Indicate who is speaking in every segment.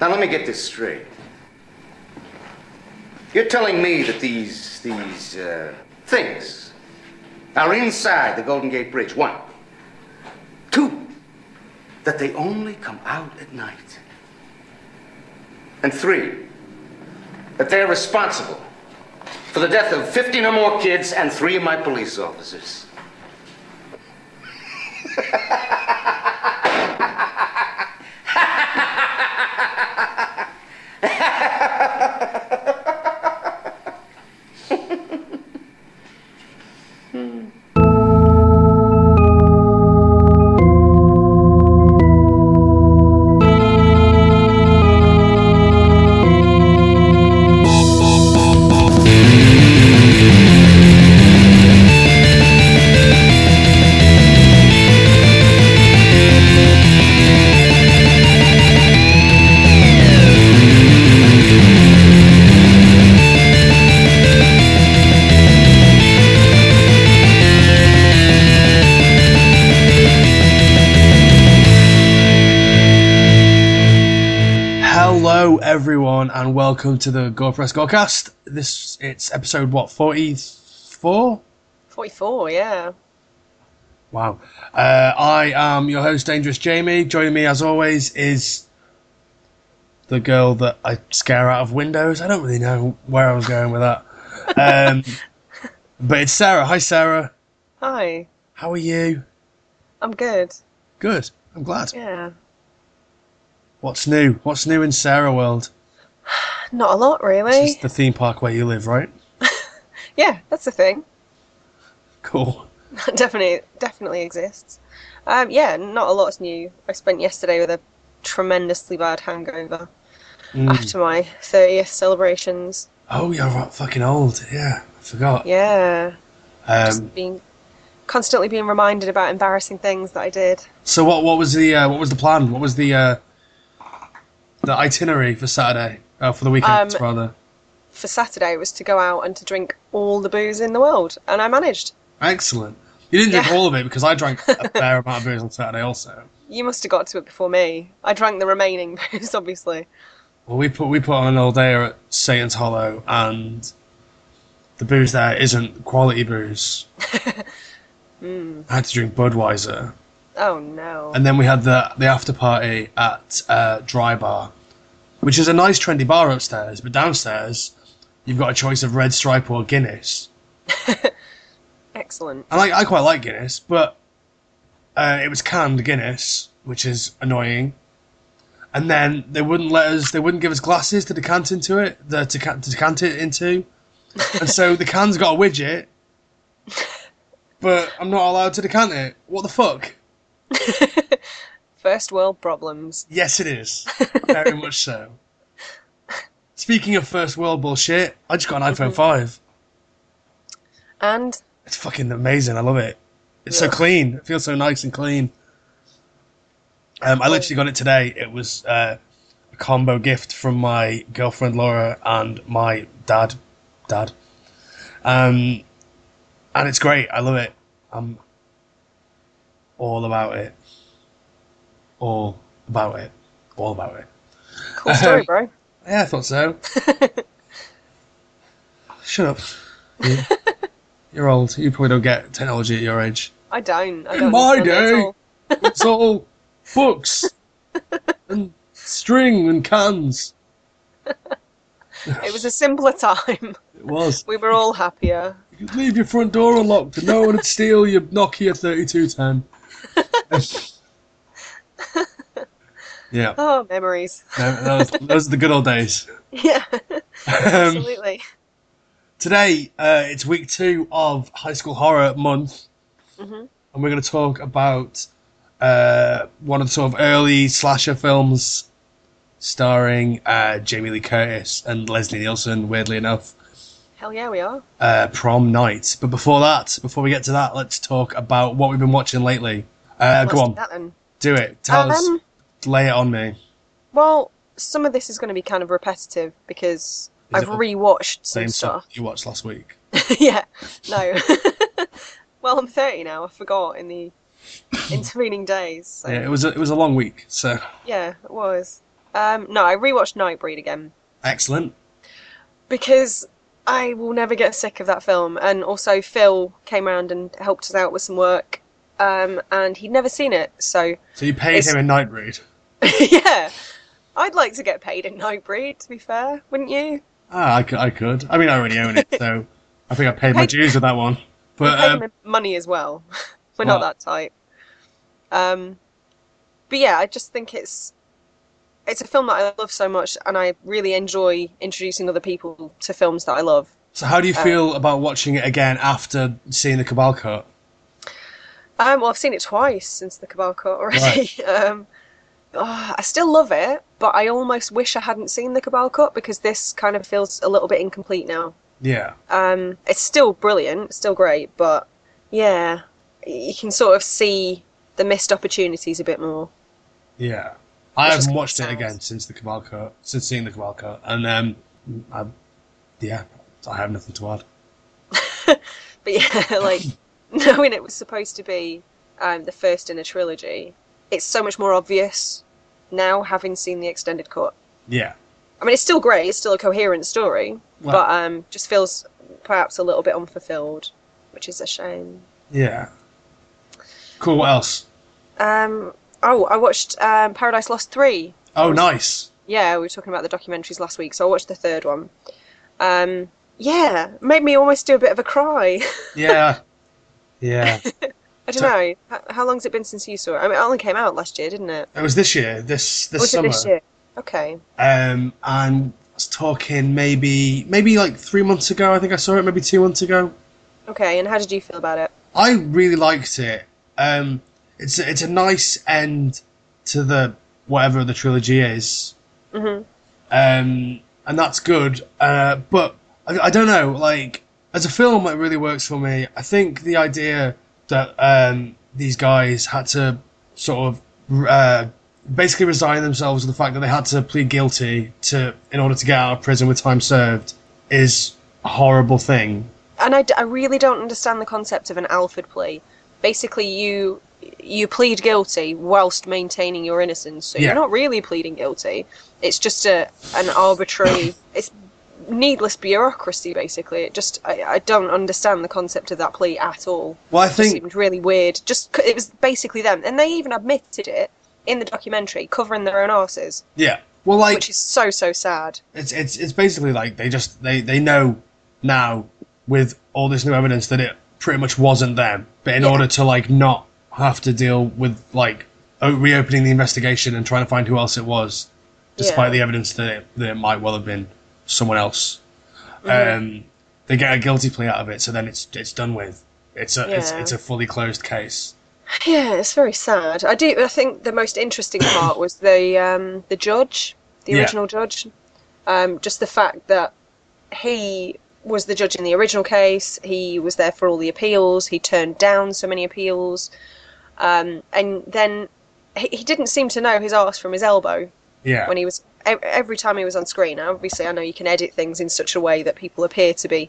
Speaker 1: Now, let me get this straight. You're telling me that these, these, uh, things are inside the Golden Gate Bridge. One. Two. That they only come out at night. And three. That they're responsible for the death of 15 or more kids and three of my police officers.
Speaker 2: Hello, everyone, and welcome to the Gore Press Gorecast. This it's episode what forty four.
Speaker 3: 44, yeah.
Speaker 2: Wow, uh, I am your host, Dangerous Jamie. Joining me, as always, is the girl that I scare out of windows. I don't really know where I was going with that, um, but it's Sarah. Hi, Sarah.
Speaker 3: Hi,
Speaker 2: How are you?
Speaker 3: I'm good.
Speaker 2: Good. I'm glad.
Speaker 3: Yeah.
Speaker 2: What's new? What's new in Sarah World?
Speaker 3: Not a lot,
Speaker 2: It's
Speaker 3: really.
Speaker 2: just the theme park where you live, right?
Speaker 3: Yeah, that's the thing.
Speaker 2: Cool.
Speaker 3: That definitely, definitely exists. Um, yeah, not a lot's new. I spent yesterday with a tremendously bad hangover
Speaker 2: Mm.
Speaker 3: after my 30th celebrations.
Speaker 2: Oh, you're right, fucking old. Yeah, I forgot.
Speaker 3: Yeah,
Speaker 2: Um,
Speaker 3: just being constantly being reminded about embarrassing things that I did.
Speaker 2: so what? What was the uh, what was the plan? What was the uh, the itinerary for Saturday? Uh, for the weekend
Speaker 3: Um,
Speaker 2: rather.
Speaker 3: For Saturday was to go out and to drink all the booze in the world, and I managed.
Speaker 2: Excellent. You didn't drink
Speaker 3: yeah.
Speaker 2: all of it because I drank a fair amount of booze on Saturday also.
Speaker 3: You must have got to it before me. I drank the remaining booze, obviously.
Speaker 2: Well, we put we put on an all day at Satan's Hollow, and the booze there isn't quality booze.
Speaker 3: Hmm.
Speaker 2: I had to drink Budweiser,
Speaker 3: Oh no.
Speaker 2: and then we had the the after party at uh, Dry Bar, which is a nice trendy bar upstairs, but downstairs you've got a choice of Red Stripe or Guinness.
Speaker 3: Excellent.
Speaker 2: And I, I quite like Guinness, but uh, it was canned Guinness, which is annoying. And then they wouldn't let us. They wouldn't give us glasses to decant into it. The, to, ca- to decant it into, and so the can's got a widget, but I'm not allowed to decant it. What the fuck?
Speaker 3: First world problems.
Speaker 2: Yes, it is. Very much so. Speaking of first world bullshit, I just got an iPhone 5.
Speaker 3: And
Speaker 2: It's fucking amazing. I love it. It's so
Speaker 3: Yeah.
Speaker 2: clean. It feels so nice and clean. Um, I literally got it today. It was uh, a combo gift from my girlfriend Laura and my dad. Dad. Um, and it's great. I love it. I'm all about it. All about it. All about it.
Speaker 3: cool story, bro.
Speaker 2: Yeah, I thought so. Shut up. You. You're old. You probably don't get technology at your age.
Speaker 3: I don't. I
Speaker 2: In
Speaker 3: don't
Speaker 2: my
Speaker 3: understand
Speaker 2: day.
Speaker 3: it at all.
Speaker 2: It's all books and string and cans.
Speaker 3: It was a simpler time.
Speaker 2: It was.
Speaker 3: We were all happier.
Speaker 2: You'd leave your front door unlocked and no one would steal your Nokia 3210. yeah,
Speaker 3: Oh, memories.
Speaker 2: no, those, those are the good old days.
Speaker 3: Yeah,
Speaker 2: Um,
Speaker 3: absolutely.
Speaker 2: Today, uh, it's week two of High School Horror Month,
Speaker 3: Mm-hmm.
Speaker 2: and we're going to talk about uh, one of the sort of early slasher films starring uh, Jamie Lee Curtis and Leslie Nielsen, weirdly enough,
Speaker 3: Hell yeah, we are.
Speaker 2: uh, Prom Night. But before that, before we get to that, let's talk about what we've been watching lately. Uh,
Speaker 3: Let's
Speaker 2: go
Speaker 3: do
Speaker 2: on,
Speaker 3: That then.
Speaker 2: do it. Tell us,
Speaker 3: Um,
Speaker 2: lay it on me.
Speaker 3: Well, some of this is going to be kind of repetitive because
Speaker 2: Is
Speaker 3: I've
Speaker 2: it all
Speaker 3: rewatched some
Speaker 2: Same
Speaker 3: stuff.
Speaker 2: stuff you watched last week.
Speaker 3: yeah, no. well, I'm 30 now. I forgot in the intervening days. So.
Speaker 2: Yeah, it was a, it was a long week, so
Speaker 3: Yeah, it was. Um, no, I rewatched Nightbreed again
Speaker 2: Excellent.
Speaker 3: because I will never get sick of that film. And also, Phil came around and helped us out with some work, um, and he'd never seen it. So,
Speaker 2: So you paid
Speaker 3: It's-
Speaker 2: him a night read.
Speaker 3: yeah, I'd like to get paid in Nightbreed. To be fair, wouldn't you?
Speaker 2: Ah, I could, I could. I mean, I already own it, so I think I paid my
Speaker 3: Paid-
Speaker 2: dues with that one.
Speaker 3: We
Speaker 2: But
Speaker 3: pay
Speaker 2: um,
Speaker 3: them in money as well. We're not
Speaker 2: Well-
Speaker 3: that tight. Um, but yeah, I just think it's it's a film that I love so much, and I really enjoy introducing other people to films that I love.
Speaker 2: so how do
Speaker 3: Uh,
Speaker 2: you feel about watching it again after seeing the Cabal cut?
Speaker 3: Um, well, I've seen it twice since the Cabal Cut already. um, ah, I still love it, but I almost wish I hadn't seen the Cabal Cut because this kind of feels a little bit incomplete now.
Speaker 2: Yeah.
Speaker 3: Um, it's still brilliant, it's still great, but yeah, you can sort of see the missed opportunities a bit more.
Speaker 2: Yeah. I
Speaker 3: Which is
Speaker 2: haven't
Speaker 3: good
Speaker 2: watched it
Speaker 3: sounds.
Speaker 2: again since the Cabal cut, since seeing the Cabal cut, and um, I, yeah, I have nothing to add.
Speaker 3: But yeah, like knowing it was supposed to be um, the first in a trilogy, it's so much more obvious now having seen the extended cut.
Speaker 2: Yeah.
Speaker 3: I mean, it's still great, it's still a coherent story,
Speaker 2: Well-
Speaker 3: but um, just feels perhaps a little bit unfulfilled, which is a shame.
Speaker 2: Yeah. Cool. What else?
Speaker 3: Um, oh, I watched um, Paradise Lost 3.
Speaker 2: Oh, nice.
Speaker 3: Yeah, we were talking about the documentaries last week, so I watched the third one. Um, yeah, made me almost do a bit of a cry.
Speaker 2: Yeah. Yeah.
Speaker 3: I don't
Speaker 2: So-
Speaker 3: know. H- how long's it been since you saw it? I mean, it only came out last year, didn't it?
Speaker 2: It was this year. This this
Speaker 3: was
Speaker 2: summer.
Speaker 3: it this year? Okay.
Speaker 2: um, and I was talking maybe maybe like three months ago. I think I saw it maybe two months ago.
Speaker 3: Okay, and how did you feel about it?
Speaker 2: I really liked it. Um, it's a- it's a nice end to the whatever the trilogy is,
Speaker 3: hmm
Speaker 2: um, and that's good. Uh, but I, I don't know, like as a film, it really works for me. I think the idea that um, these guys had to sort of uh, basically resign themselves to the fact that they had to plead guilty to in order to get out of prison with time served is a horrible thing.
Speaker 3: And I, d- I really don't understand the concept of an Alford plea. Basically, you you plead guilty whilst maintaining your innocence, so
Speaker 2: Yeah.
Speaker 3: you're not really pleading guilty. It's just a an arbitrary. it's needless bureaucracy, basically. It just I, I don't understand the concept of that plea at all.
Speaker 2: Well, I
Speaker 3: It just
Speaker 2: think
Speaker 3: seemed really weird. Just c- it was basically them, and they even admitted it in the documentary, covering their own arses,
Speaker 2: yeah. Well, like
Speaker 3: which is so so sad.
Speaker 2: it's it's it's basically like they just they they know now with all this new evidence that it pretty much wasn't them but in
Speaker 3: Yeah.
Speaker 2: order to like not have to deal with like o- reopening the investigation and trying to find who else it was despite
Speaker 3: Yeah.
Speaker 2: the evidence that it, that it might well have been someone else
Speaker 3: Mm-hmm.
Speaker 2: um they get a guilty plea out of it so then it's it's done with it's a it's,
Speaker 3: Yeah.
Speaker 2: it's a fully closed case
Speaker 3: Yeah, it's very sad. I do. I think the most interesting part was the um, the judge, the
Speaker 2: Yeah.
Speaker 3: original judge. Um, just the fact that he was the judge in the original case. He was there for all the appeals. He turned down so many appeals, um, and then he, he didn't seem to know his arse from his elbow
Speaker 2: yeah
Speaker 3: when he was ev- every time he was on screen. Now, obviously, I know you can edit things in such a way that people appear to be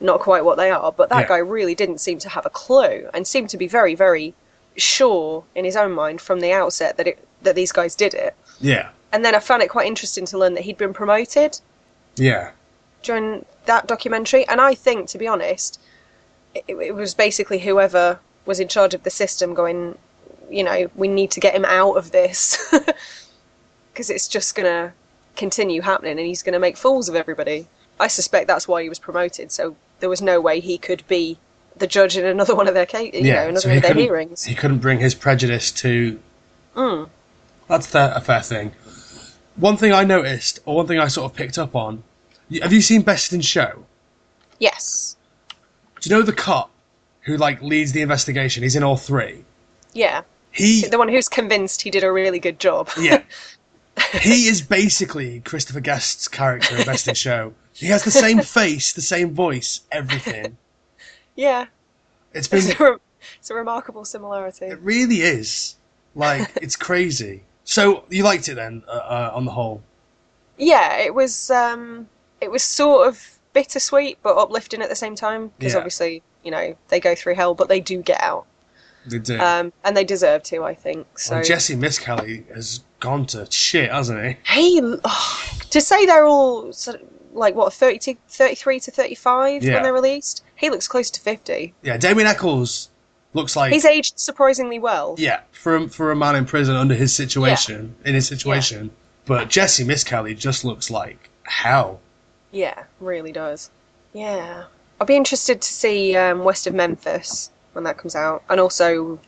Speaker 3: not quite what they are, but that
Speaker 2: Yeah.
Speaker 3: guy really didn't seem to have a clue and seemed to be very, very sure in his own mind from the outset that it that these guys did it.
Speaker 2: yeah
Speaker 3: And then I found it quite interesting to learn that he'd been promoted
Speaker 2: yeah
Speaker 3: during that documentary. And I think, to be honest, it, it was basically whoever was in charge of the system going, you know, we need to get him out of this because it's just going to continue happening and he's going to make fools of everybody. I suspect that's why he was promoted. So there was no way he could be the judge in another one of their cases, you
Speaker 2: yeah
Speaker 3: know, another
Speaker 2: so
Speaker 3: one
Speaker 2: he
Speaker 3: of their
Speaker 2: couldn't,
Speaker 3: hearings.
Speaker 2: he couldn't bring his prejudice to
Speaker 3: Mm.
Speaker 2: That's fair, a fair thing. One thing I noticed, or one thing I sort of picked up on, y- have you seen Best in Show?
Speaker 3: Yes.
Speaker 2: Do you know the cop who like leads the investigation? He's in all three.
Speaker 3: Yeah.
Speaker 2: He,
Speaker 3: The one who's convinced he did a really good job.
Speaker 2: yeah, he is basically Christopher Guest's character in Best in Show. He has the same face, the same voice, everything.
Speaker 3: yeah.
Speaker 2: It's been,
Speaker 3: It's a, re- it's a remarkable similarity.
Speaker 2: it really is like it's crazy. So you liked it then, uh, uh, on the whole?
Speaker 3: yeah it was um it was sort of bittersweet but uplifting at the same time because
Speaker 2: Yeah.
Speaker 3: obviously you know they go through hell but they do get out
Speaker 2: They do.
Speaker 3: um and they deserve to i think so
Speaker 2: And Jesse Miss Kelly has gone to shit, hasn't he?
Speaker 3: Hey, oh, to say they're all sort of, like what 30 to, 33 to 35
Speaker 2: Yeah.
Speaker 3: when they're released, he looks close to 50.
Speaker 2: Yeah, Damien Eccles looks like
Speaker 3: He's aged surprisingly well.
Speaker 2: yeah for a- for a man in prison under his situation in his situation. But Jesse Miscavige just looks like hell.
Speaker 3: Yeah, really does. Yeah. I'll be interested to see um, West of Memphis when that comes out, and also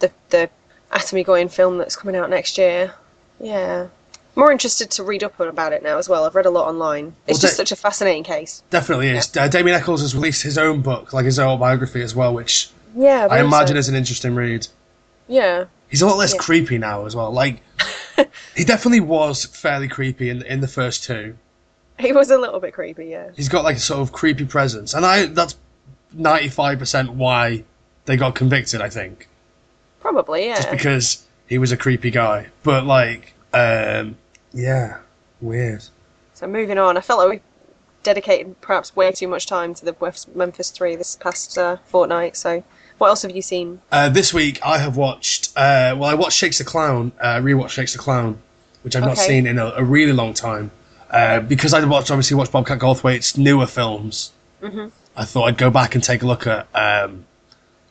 Speaker 3: the the Atomy Goin film that's coming out next year. Yeah. More interested to read up about it now as well. I've read a lot online. It's
Speaker 2: Well,
Speaker 3: just
Speaker 2: they-
Speaker 3: such a fascinating case.
Speaker 2: Definitely is. Uh, Damien Eccles has released his own book, like his autobiography as well, which
Speaker 3: Yeah.
Speaker 2: I
Speaker 3: believe
Speaker 2: imagine
Speaker 3: so.
Speaker 2: is an interesting read.
Speaker 3: Yeah.
Speaker 2: He's a lot less
Speaker 3: Yeah.
Speaker 2: creepy now as well. Like he definitely was fairly creepy in in the first two.
Speaker 3: He was a little bit creepy. Yeah.
Speaker 2: He's got like a sort of creepy presence, and I that's ninety five percent why they got convicted. I think
Speaker 3: Probably. Yeah.
Speaker 2: just because he was a creepy guy. But like, um, yeah, weird.
Speaker 3: So moving on, I felt like we dedicated perhaps way too much time to the West Memphis Three this past uh, fortnight. So, what else have you seen?
Speaker 2: Uh, this week I have watched. Uh, well, I watched Shakes the Clown. Uh, rewatched Shakes the Clown, which I've not
Speaker 3: Okay.
Speaker 2: seen in a, a really long time. Uh, because I watched obviously watched Bobcat Goldthwait's newer films.
Speaker 3: Mhm.
Speaker 2: I thought I'd go back and take a look at um,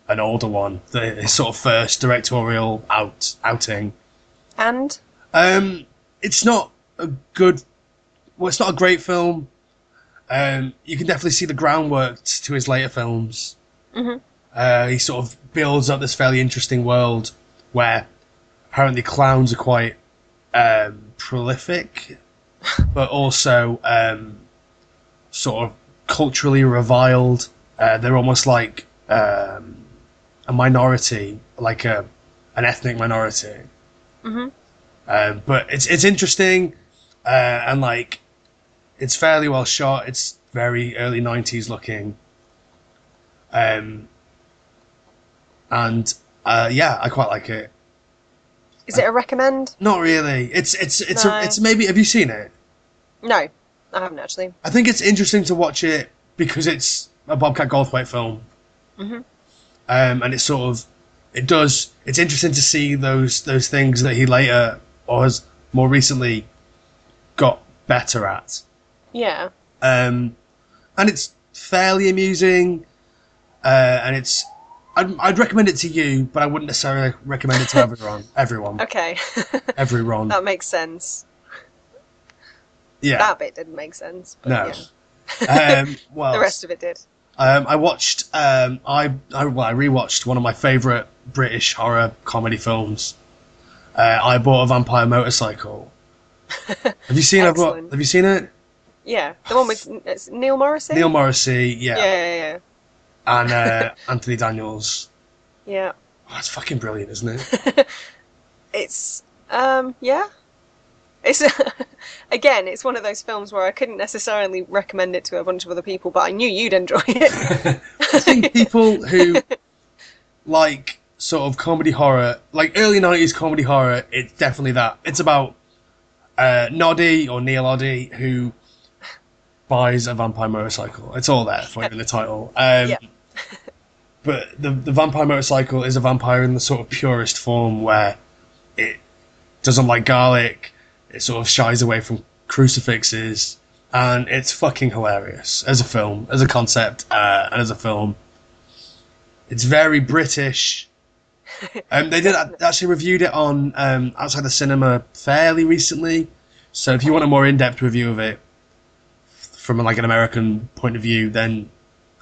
Speaker 2: an older one, the, his sort of first directorial out outing.
Speaker 3: And
Speaker 2: Um, it's not a good. Well, it's not a great film. Um, you can definitely see the groundwork t- to his later films.
Speaker 3: Mhm.
Speaker 2: Uh, he sort of builds up this fairly interesting world where apparently clowns are quite um, prolific, but also um, sort of culturally reviled. Uh, they're almost like um, a minority, like a an ethnic minority.
Speaker 3: Mhm.
Speaker 2: Um, but it's it's interesting, uh, and like it's fairly well shot. It's very early '90s looking, um, and uh, yeah, I quite like it.
Speaker 3: is it a recommend?
Speaker 2: Not really. It's it's it's
Speaker 3: No.
Speaker 2: a, it's maybe. Have you seen it?
Speaker 3: No, I haven't actually.
Speaker 2: I think it's interesting to watch it because it's a Bobcat Goldthwait film,
Speaker 3: Mhm.
Speaker 2: um, and it's sort of it does. It's interesting to see those those things that he later or has more recently got better at,
Speaker 3: Yeah.
Speaker 2: um, and it's fairly amusing, uh, and it's. I'd, I'd recommend it to you, but I wouldn't necessarily recommend it to everyone. Everyone,
Speaker 3: Okay.
Speaker 2: everyone.
Speaker 3: that makes sense.
Speaker 2: yeah,
Speaker 3: That bit didn't make sense. But
Speaker 2: no.
Speaker 3: Yeah.
Speaker 2: um, well,
Speaker 3: The rest of it did.
Speaker 2: Um, I watched. Um, I, I well, I rewatched one of my favourite British horror comedy films. Uh, I bought a vampire motorcycle. Have you seen? I bought,
Speaker 3: Excellent.
Speaker 2: have you seen it?
Speaker 3: Yeah. The one with it's Neil Morrissey.
Speaker 2: Neil Morrissey, yeah,
Speaker 3: Yeah. Yeah. Yeah.
Speaker 2: and uh, Anthony Daniels.
Speaker 3: yeah.
Speaker 2: Oh, that's fucking brilliant, isn't it?
Speaker 3: It's um yeah. It's again, it's one of those films where I couldn't necessarily recommend it to a bunch of other people, but I knew you'd enjoy it.
Speaker 2: I think people who like sort of comedy horror, like early '90s comedy horror, it's definitely that. It's about uh, Noddy or Neil Oddy who buys a vampire motorcycle. It's all there for you in the title. Um,
Speaker 3: Yeah.
Speaker 2: but the the vampire motorcycle is a vampire in the sort of purest form, where it doesn't like garlic. It sort of shies away from crucifixes, and it's fucking hilarious as a film, as a concept, uh, and as a film. It's very British. Um, they did a- actually reviewed it on um, outside the cinema fairly recently, so if you want a more in-depth review of it from like an American point of view, then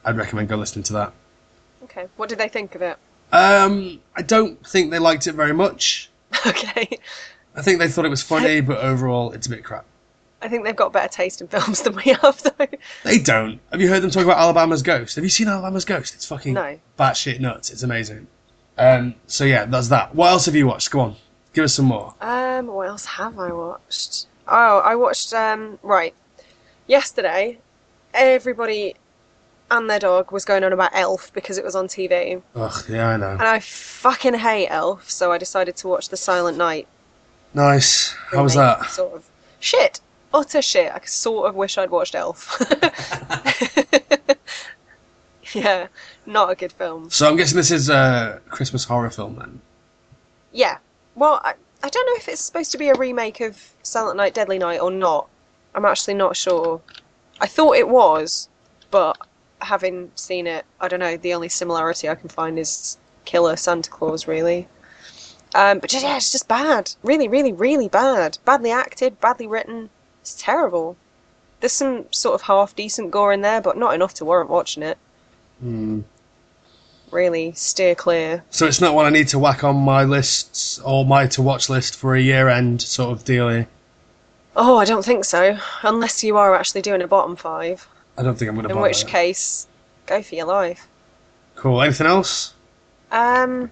Speaker 2: I'd recommend go listening to that.
Speaker 3: okay. What did they think of it?
Speaker 2: Um, I don't think they liked it very much.
Speaker 3: Okay.
Speaker 2: I think they thought it was funny, but overall, it's a bit crap.
Speaker 3: I think they've got better taste in films than we have though.
Speaker 2: They don't. Have you heard them talk about Alabama's Ghost? Have you seen Alabama's Ghost? It's fucking
Speaker 3: No.
Speaker 2: batshit nuts. It's amazing. Um, so yeah, that's that. What else have you watched? Go on, give us some more.
Speaker 3: Um, what else have I watched? Oh, I watched um right. Yesterday, everybody and their dog was going on about Elf because it was on TV.
Speaker 2: Ugh, yeah, I know.
Speaker 3: And I fucking hate Elf, so I decided to watch The Silent Night.
Speaker 2: Nice. How was
Speaker 3: remake,
Speaker 2: that?
Speaker 3: Sort of shit, utter shit. I sort of wish I'd watched Elf. yeah, not a good film.
Speaker 2: So I'm guessing this is a Christmas horror film then.
Speaker 3: Yeah, well, I, I don't know if it's supposed to be a remake of Silent Night, Deadly Night or not. I'm actually not sure. I thought it was, but having seen it, I don't know. The only similarity I can find is killer Santa Claus, really. Um, but just, yeah, it's just bad. Really, really, really bad. Badly acted, badly written. It's terrible. There's some sort of half decent gore in there, but not enough to warrant watching it.
Speaker 2: Hmm.
Speaker 3: Really, steer clear.
Speaker 2: So it's not one I need to whack on my lists or my to watch list for a year end sort of deal. eh?
Speaker 3: Oh, I don't think so. Unless you are actually doing a bottom five,
Speaker 2: I don't think I'm going to
Speaker 3: in
Speaker 2: bother.
Speaker 3: which case, go for your life.
Speaker 2: Cool. Anything else?
Speaker 3: Um,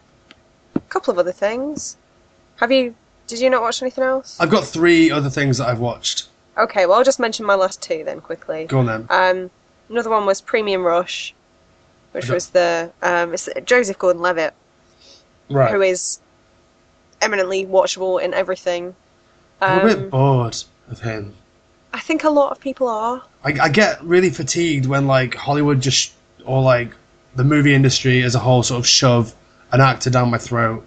Speaker 3: a couple of other things. Have you? Did you not watch anything else?
Speaker 2: I've got three other things that I've watched.
Speaker 3: Okay, well I'll just mention my last two then quickly.
Speaker 2: Go on then.
Speaker 3: Um, another one was Premium Rush, which
Speaker 2: Okay.
Speaker 3: was the um, it's Joseph Gordon-Levitt, who
Speaker 2: Right.
Speaker 3: is eminently watchable in everything.
Speaker 2: I'm a bit
Speaker 3: Um,
Speaker 2: bored of him.
Speaker 3: I think a lot of people are.
Speaker 2: I, I get really fatigued when like Hollywood just or like the movie industry as a whole sort of shove an actor down my throat.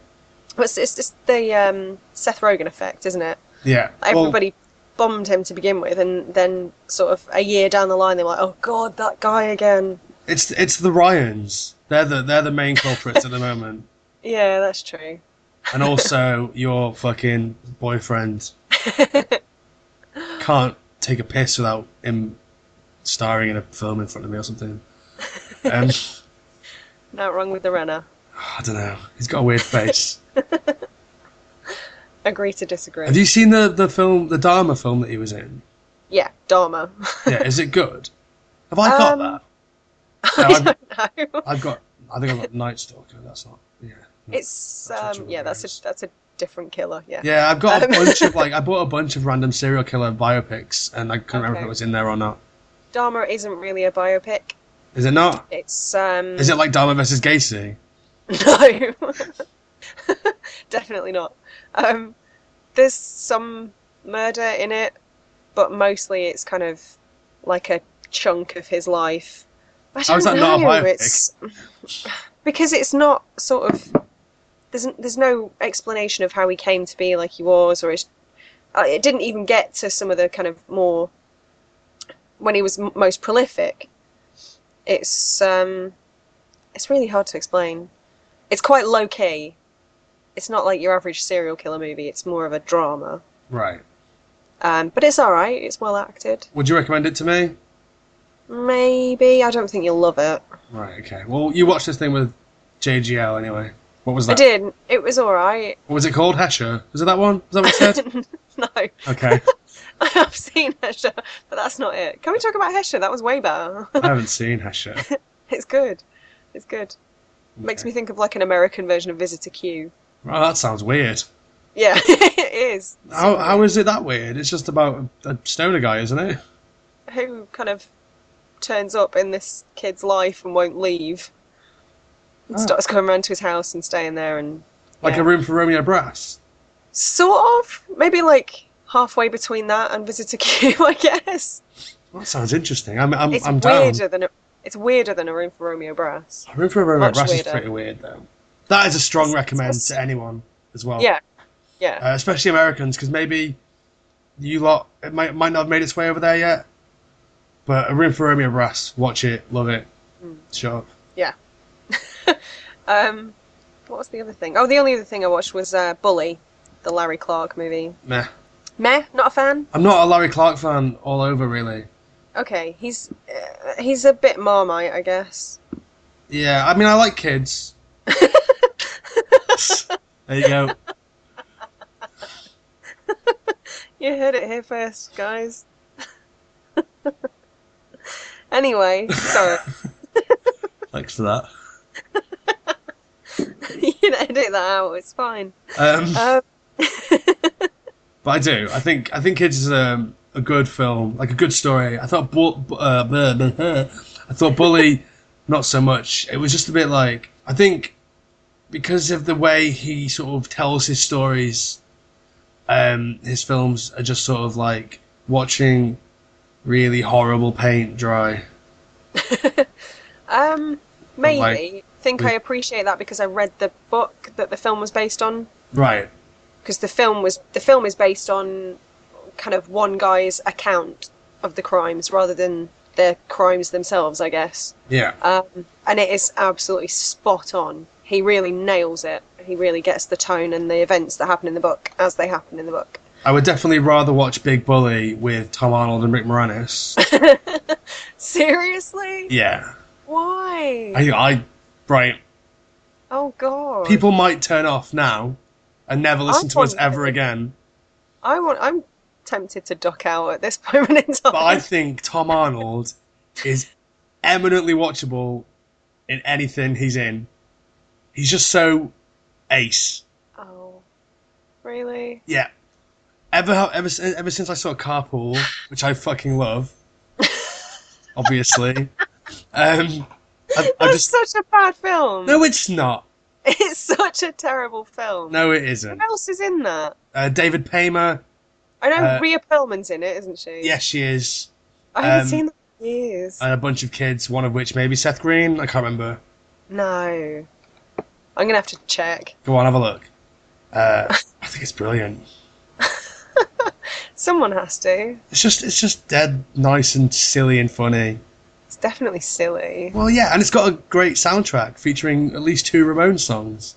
Speaker 3: But It's, it's just the um, Seth Rogen effect, isn't it?
Speaker 2: Yeah. well,
Speaker 3: Everybody bombed him to begin with, and then sort of a year down the line, they were like, "Oh God, that guy again."
Speaker 2: it's it's the Ryans. They're the they're the main culprits at the moment.
Speaker 3: Yeah, that's true.
Speaker 2: and also your fucking boyfriend can't take a piss without him starring in a film in front of me or something. Um,
Speaker 3: Not wrong with the Renner.
Speaker 2: I don't know. He's got a weird face.
Speaker 3: Agree to disagree.
Speaker 2: Have you seen the the film, the Dharma film that he was in?
Speaker 3: Yeah, Dharma.
Speaker 2: Yeah, is it good? Have I got
Speaker 3: Um,
Speaker 2: that? No,
Speaker 3: I
Speaker 2: I've,
Speaker 3: don't know.
Speaker 2: I've got. I think I've got Night Stalker. That's not. Yeah. no.
Speaker 3: It's
Speaker 2: That's what
Speaker 3: um,
Speaker 2: you
Speaker 3: yeah, that's
Speaker 2: raised.
Speaker 3: a that's a different killer. Yeah.
Speaker 2: Yeah, I've got a
Speaker 3: Um,
Speaker 2: bunch of like I bought a bunch of random serial killer biopics, and I can't remember if
Speaker 3: Okay.
Speaker 2: it was in there or not.
Speaker 3: Dharma isn't really a biopic.
Speaker 2: Is it not?
Speaker 3: It's um.
Speaker 2: Is it like Dharma versus Gacy?
Speaker 3: No. Definitely not. Um, there's some murder in it, but mostly it's kind of like a chunk of his life. I
Speaker 2: How
Speaker 3: don't
Speaker 2: is that
Speaker 3: know.
Speaker 2: not a biopic?
Speaker 3: It's because it's not sort of there's there's no explanation of how he came to be like he was, or it's, uh, it didn't even get to some of the kind of more when he was m- most prolific. It's um, it's really hard to explain. It's quite low key. It's not like your average serial killer movie. It's more of a drama.
Speaker 2: Right.
Speaker 3: Um, but it's all right. It's well acted.
Speaker 2: Would you recommend it to me?
Speaker 3: Maybe I don't think you'll love it.
Speaker 2: Right. Okay. Well, you watched this thing with JGL anyway. What was that?
Speaker 3: I did. It was all right.
Speaker 2: What was it called? Hesher. Was it that one? Was that what it said?
Speaker 3: No,
Speaker 2: okay.
Speaker 3: I've seen Hesher, but that's not it. Can we talk about Hesher? That was way better.
Speaker 2: I haven't seen Hesher.
Speaker 3: it's good. It's good. Makes me think of like an American version of Visitor Q.
Speaker 2: Oh, that sounds weird.
Speaker 3: Yeah, it is.
Speaker 2: How, how is it that weird? It's just about a, a stoner guy, isn't it?
Speaker 3: Who kind of turns up in this kid's life and won't leave? And
Speaker 2: Ah.
Speaker 3: starts going round to his house and staying there and
Speaker 2: Like
Speaker 3: Yeah.
Speaker 2: a room for Romeo Brass.
Speaker 3: sort of maybe like halfway between that and Visitor Q, I guess.
Speaker 2: That sounds interesting. I'm I'm,
Speaker 3: It's
Speaker 2: I'm down.
Speaker 3: weirder than a, it's weirder than a room for Romeo Brass.
Speaker 2: A room for Romeo
Speaker 3: Much
Speaker 2: Brass
Speaker 3: weirder.
Speaker 2: is pretty weird though. That is a strong
Speaker 3: It's-
Speaker 2: recommend
Speaker 3: it's-
Speaker 2: to anyone as well.
Speaker 3: Yeah, yeah.
Speaker 2: Uh, especially Americans, because maybe you lot it might might not have made its way over there yet. But a room for Romeo Brass, watch it, love it.
Speaker 3: Hmm.
Speaker 2: Sure.
Speaker 3: Um, what was the other thing? Oh, the only other thing I watched was uh, Bully, the Larry Clark movie.
Speaker 2: Meh.
Speaker 3: Meh, not a fan.
Speaker 2: I'm not a Larry Clark fan all over really.
Speaker 3: Okay, he's uh, he's a bit marmite, I guess.
Speaker 2: Yeah, I mean I like kids. there you go.
Speaker 3: You heard it here first, guys. anyway, sorry,
Speaker 2: Thanks for that.
Speaker 3: you can edit that out. It's fine.
Speaker 2: Um,
Speaker 3: Um,
Speaker 2: but I do. I think I think Kids is um, a good film, like a good story. I thought Bull, Bu- uh, blah, blah, blah. I thought Bully, not so much. It was just a bit like I think because of the way he sort of tells his stories, um, his films are just sort of like watching really horrible paint dry.
Speaker 3: um, maybe.
Speaker 2: like-
Speaker 3: think I appreciate that because I read the book that the film was based on.
Speaker 2: Right.
Speaker 3: because the film was the film is based on kind of one guy's account of the crimes rather than the crimes themselves, I guess.
Speaker 2: Yeah.
Speaker 3: Um, and it is absolutely spot on. He really nails it. He really gets the tone and the events that happen in the book as they happen in the book.
Speaker 2: I would definitely rather watch Big Bully with Tom Arnold and Rick Moranis.
Speaker 3: Seriously?
Speaker 2: yeah.
Speaker 3: Why?
Speaker 2: I, I, right.
Speaker 3: oh God!
Speaker 2: People might turn off now and never listen
Speaker 3: I
Speaker 2: to us
Speaker 3: wonder-
Speaker 2: ever again.
Speaker 3: I want. I'm tempted to duck out at this moment in time.
Speaker 2: But I think Tom Arnold is eminently watchable in anything he's in. He's just so ace.
Speaker 3: Oh, really?
Speaker 2: Yeah. Ever, ever, si- ever since I saw Carpool, which I fucking love, obviously. um, I, I just
Speaker 3: That's such a bad film.
Speaker 2: no, it's not.
Speaker 3: It's such a terrible film.
Speaker 2: No, it isn't.
Speaker 3: Who else is in that?
Speaker 2: Uh, David Paymer.
Speaker 3: I know
Speaker 2: Uh,
Speaker 3: Rhea Perlman's in it, isn't she?
Speaker 2: Yes, she is,
Speaker 3: I haven't
Speaker 2: um, uh,
Speaker 3: seen that in years.
Speaker 2: and a bunch of kids. One of which maybe Seth Green. I can't remember.
Speaker 3: no. I'm gonna have to check.
Speaker 2: Go on, have a look. Uh, I think it's brilliant.
Speaker 3: Someone has to.
Speaker 2: It's just it's just dead nice and silly and funny.
Speaker 3: It's definitely silly.
Speaker 2: Well, yeah, and it's got a great soundtrack featuring at least two Ramones songs.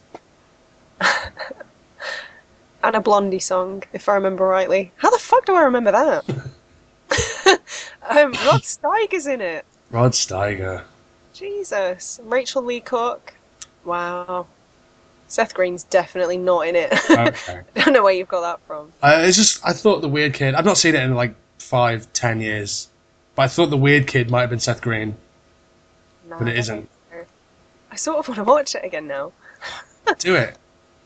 Speaker 3: And a Blondie song, if I remember rightly. How the fuck do I remember that? um, Rod Steiger's in it.
Speaker 2: Rod Steiger.
Speaker 3: Jesus. Rachel Lee Cook. Wow. Seth Green's definitely not in it.
Speaker 2: Okay.
Speaker 3: I don't know where you've got that from.
Speaker 2: Uh, it's just I thought the weird kid. I've not seen it in like five, ten years, but I thought the weird kid might have been Seth Green,
Speaker 3: No,
Speaker 2: but it isn't.
Speaker 3: I sort of want to watch it again now.
Speaker 2: Do it.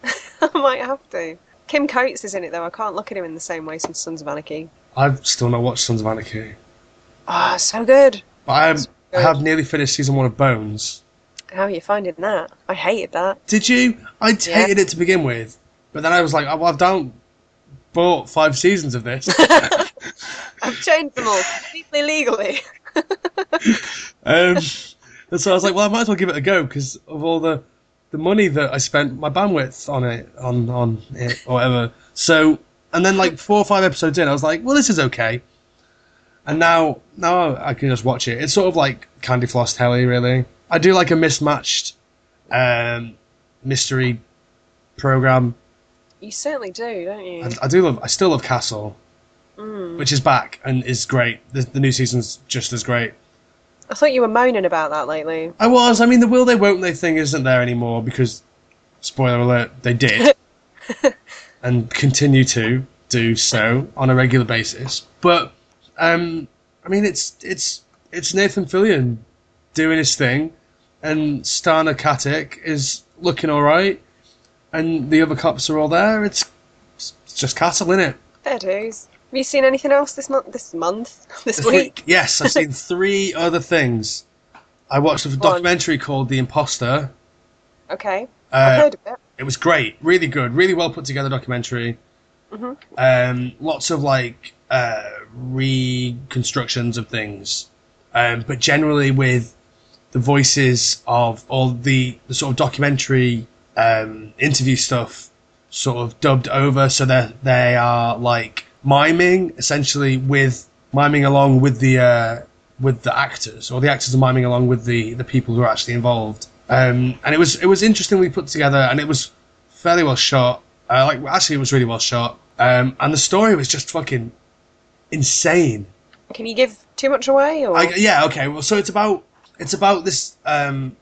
Speaker 3: I might have to. Kim Coates is in it though. I can't look at him in the same way since Sons of Anarchy.
Speaker 2: I've still not watched Sons of Anarchy,
Speaker 3: Ah, so good.
Speaker 2: but I, am, I have nearly finished season one of Bones.
Speaker 3: How are you finding that? I hated that.
Speaker 2: Did you? I
Speaker 3: Yeah.
Speaker 2: hated it to begin with, but then I was like, oh, well, I've down bought five seasons of this.
Speaker 3: I've changed them all completely legally.
Speaker 2: Um, and so I was like, well, I might as well give it a go because of all the the money that I spent my bandwidth on it, on on it, or whatever. So, and then like four or five episodes in, I was like, well, this is okay. And now, now I can just watch it. It's sort of like Candy Floss Telly, really. I do like a mismatched um, mystery program.
Speaker 3: You certainly do, don't you?
Speaker 2: I, I do love. I still love Castle,
Speaker 3: Mm.
Speaker 2: which is back and is great. The, the new season's just as great.
Speaker 3: I thought you were moaning about that lately.
Speaker 2: I was. I mean, the will they won't they thing isn't there anymore because, spoiler alert, they did, and continue to do so on a regular basis. But, um, I mean, it's it's it's Nathan Fillion doing his thing, and Stana Katic is looking all right, and the other cops are all there. It's it's just Castle, innit? it?
Speaker 3: Fair dues. Have you seen anything else this month? This month? This week?
Speaker 2: Yes, I've seen three other things. I watched a documentary called The Imposter.
Speaker 3: Okay. I've
Speaker 2: Uh,
Speaker 3: heard of it.
Speaker 2: it was great, really good, really well put together documentary.
Speaker 3: Mhm.
Speaker 2: Um, lots of like uh, reconstructions of things, um, but generally with the voices of all the, the sort of documentary um, interview stuff sort of dubbed over, so that they are like miming essentially with miming along with the uh, with the actors, or the actors are miming along with the the people who are actually involved. Um, and it was it was interestingly put together, and it was fairly well shot. Uh, like actually, it was really well shot. Um, and the story was just fucking insane.
Speaker 3: Can you give too much away? Or
Speaker 2: I, yeah, okay. Well, so it's about it's about this. Um,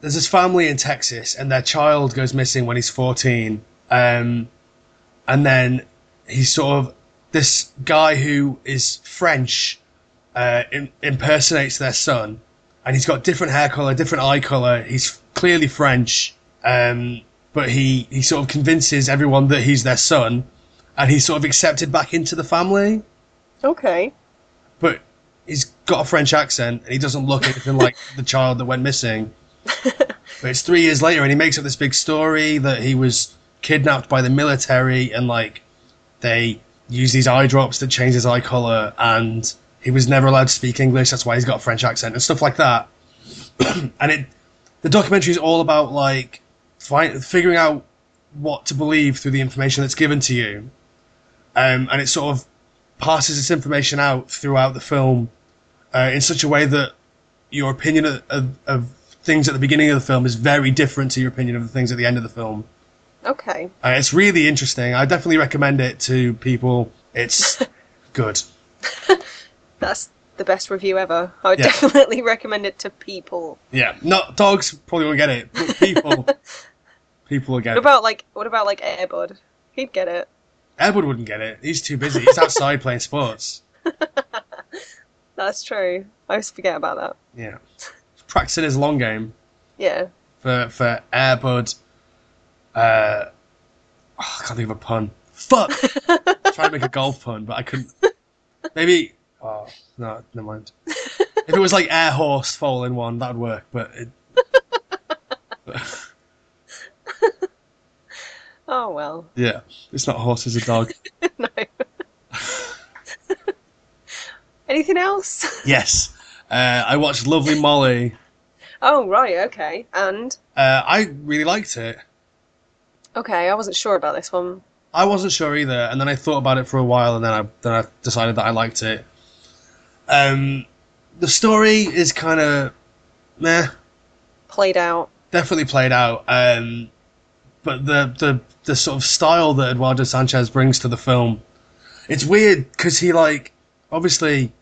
Speaker 2: there's this family in Texas, and their child goes missing when he's 14, um, and then he's sort of this guy who is French uh, im- impersonates their son, and he's got different hair color, different eye color. He's clearly French, um, but he he sort of convinces everyone that he's their son, and he's sort of accepted back into the family
Speaker 3: Okay.
Speaker 2: but he's got a French accent and he doesn't look anything like the child that went missing. but it's three years later and he makes up this big story that he was kidnapped by the military and like they use these eye drops that change his eye color and he was never allowed to speak English. That's why he's got a French accent and stuff like that. and it, the documentary is all about like find, figuring out what to believe through the information that's given to you, um, and it sort of passes this information out throughout the film uh, in such a way that your opinion of, of, of things at the beginning of the film is very different to your opinion of the things at the end of the film.
Speaker 3: Okay.
Speaker 2: Uh, it's really interesting. I definitely recommend it to people. It's good.
Speaker 3: That's the best review ever. I would
Speaker 2: Yeah.
Speaker 3: definitely recommend it to people.
Speaker 2: Yeah, not dogs probably won't get it, but people, people will get
Speaker 3: What
Speaker 2: it.
Speaker 3: about like what about like Airbud? He'd get it.
Speaker 2: Edward wouldn't get it. He's too busy. He's outside playing sports.
Speaker 3: That's true. I always forget about that.
Speaker 2: Yeah, He's practicing his long game
Speaker 3: Yeah.
Speaker 2: for for Airbud. Uh, oh, I can't think of a pun. Fuck. Trying to make a golf pun, but I couldn't. Maybe. Oh no, never mind. If it was like air horse fall in one, that'd work. But it,
Speaker 3: Oh well.
Speaker 2: yeah, it's not a horse. It's a dog.
Speaker 3: no. Anything else?
Speaker 2: Yes. Uh, I watched Lovely Molly.
Speaker 3: Oh right, okay. And
Speaker 2: Uh, I really liked it.
Speaker 3: okay, I wasn't sure about this one.
Speaker 2: I wasn't sure either, and then I thought about it for a while, and then I then I decided that I liked it. Um, the story is kind of meh,
Speaker 3: Played out.
Speaker 2: definitely played out. Um, but the the the sort of style that Eduardo Sanchez brings to the film, it's weird because he like obviously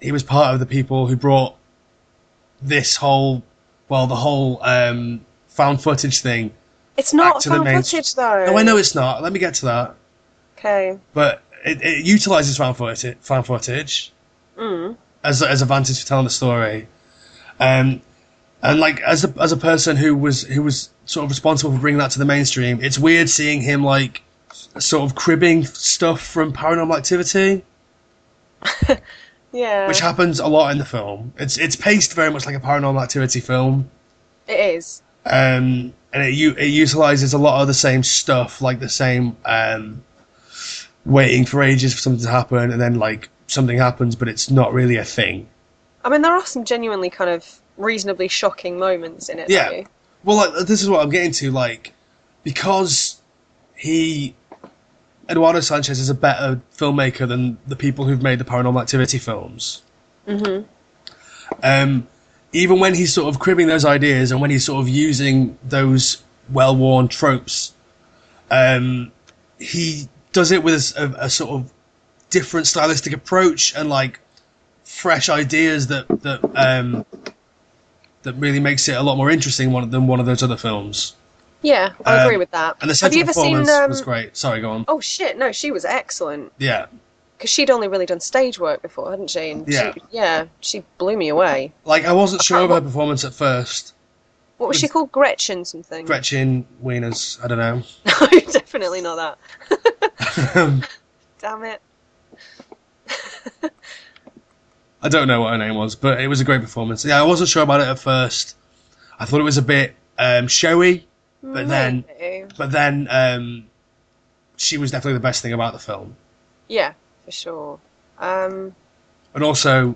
Speaker 2: he was part of the people who brought this whole well the whole um, found footage thing.
Speaker 3: It's not
Speaker 2: Back to the
Speaker 3: found
Speaker 2: main-
Speaker 3: footage though.
Speaker 2: No, I know it's not. Let me get to that.
Speaker 3: Okay.
Speaker 2: but it, it utilizes fan footage, fan footage
Speaker 3: Mm.
Speaker 2: as as a vantage for telling the story. Um, and like as a as a person who was who was sort of responsible for bringing that to the mainstream, it's weird seeing him like sort of cribbing stuff from Paranormal Activity,
Speaker 3: Yeah.
Speaker 2: which happens a lot in the film. It's it's paced very much like a Paranormal Activity film.
Speaker 3: it is.
Speaker 2: um, and it, u- it utilizes a lot of the same stuff, like the same um, waiting for ages for something to happen, and then like something happens, but it's not really a thing.
Speaker 3: I mean, there are some genuinely kind of reasonably shocking moments in it.
Speaker 2: Yeah.
Speaker 3: Though.
Speaker 2: Well, like, this is what I'm getting to, like because he Eduardo Sanchez is a better filmmaker than the people who've made the Paranormal Activity films.
Speaker 3: Mhm.
Speaker 2: Um, even when he's sort of cribbing those ideas and when he's sort of using those well-worn tropes, um, he does it with a, a sort of different stylistic approach and like fresh ideas that that um, that really makes it a lot more interesting one, than one of those other films.
Speaker 3: Yeah, I
Speaker 2: Um,
Speaker 3: agree with that.
Speaker 2: And the
Speaker 3: Have
Speaker 2: central
Speaker 3: you ever
Speaker 2: performance
Speaker 3: seen? Um,
Speaker 2: was great. Sorry, go on.
Speaker 3: oh shit! No, she was excellent
Speaker 2: Yeah,
Speaker 3: because she'd only really done stage work before, hadn't she? And
Speaker 2: Yeah.
Speaker 3: She, yeah. She blew me away.
Speaker 2: like I wasn't sure
Speaker 3: can't-
Speaker 2: of her performance at first.
Speaker 3: What was she called? Gretchen something.
Speaker 2: Gretchen Wieners, I don't know.
Speaker 3: No, definitely not that.
Speaker 2: Um,
Speaker 3: Damn it.
Speaker 2: I don't know what her name was, but it was a great performance. Yeah, I wasn't sure about it at first. I thought it was a bit um, showy, But then-
Speaker 3: Maybe.
Speaker 2: but then um, she was definitely the best thing about the film.
Speaker 3: Yeah, for sure. Um,
Speaker 2: And also,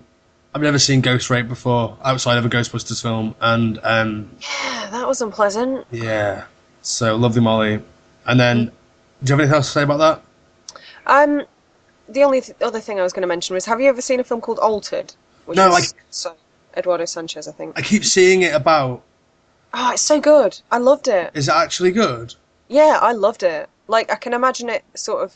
Speaker 2: I've never seen Ghost Rape before outside of a Ghostbusters film, and um,
Speaker 3: yeah, that was unpleasant.
Speaker 2: yeah, so lovely Molly. And then,
Speaker 3: Mm.
Speaker 2: do you have anything else to say about that?
Speaker 3: Um, the only th- other thing I was going to mention was: Have you ever seen a film called Altered? Which
Speaker 2: No,
Speaker 3: is, so, Eduardo Sanchez, I think.
Speaker 2: I keep seeing it about.
Speaker 3: Oh, it's so good. I loved it.
Speaker 2: Is it actually good?
Speaker 3: Yeah, I loved it. Like, I can imagine it sort of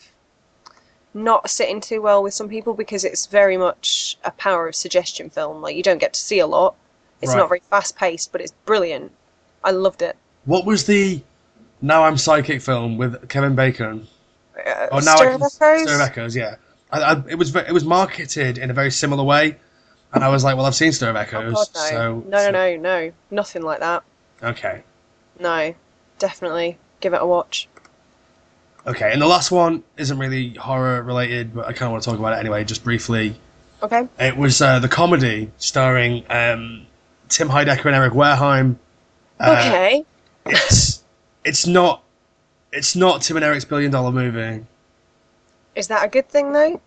Speaker 3: not sitting too well with some people because it's very much a power of suggestion film. Like, you don't get to see a lot. It's
Speaker 2: Right.
Speaker 3: not very fast paced, but it's brilliant. I loved it.
Speaker 2: What was the Now I'm Psychic film with Kevin Bacon?
Speaker 3: Uh,
Speaker 2: Oh, now
Speaker 3: Stir
Speaker 2: I
Speaker 3: of
Speaker 2: can
Speaker 3: Echoes?
Speaker 2: Stir of Echoes, yeah. I, I, it was ve- it was marketed in a very similar way, and I was like, well, I've seen Stir of
Speaker 3: Oh,
Speaker 2: Echoes,
Speaker 3: God, no.
Speaker 2: so
Speaker 3: no, no, no, no. Nothing like that.
Speaker 2: no. Okay,
Speaker 3: No. Definitely give it a watch.
Speaker 2: okay. And the last one isn't really horror related, but I kind of want to talk about it anyway, just briefly.
Speaker 3: Okay.
Speaker 2: It was uh, the comedy starring um, Tim Heidecker and Eric Wareheim. Uh,
Speaker 3: okay.
Speaker 2: It's it's not it's not Tim and Eric's billion dollar movie.
Speaker 3: Is that a good thing, though?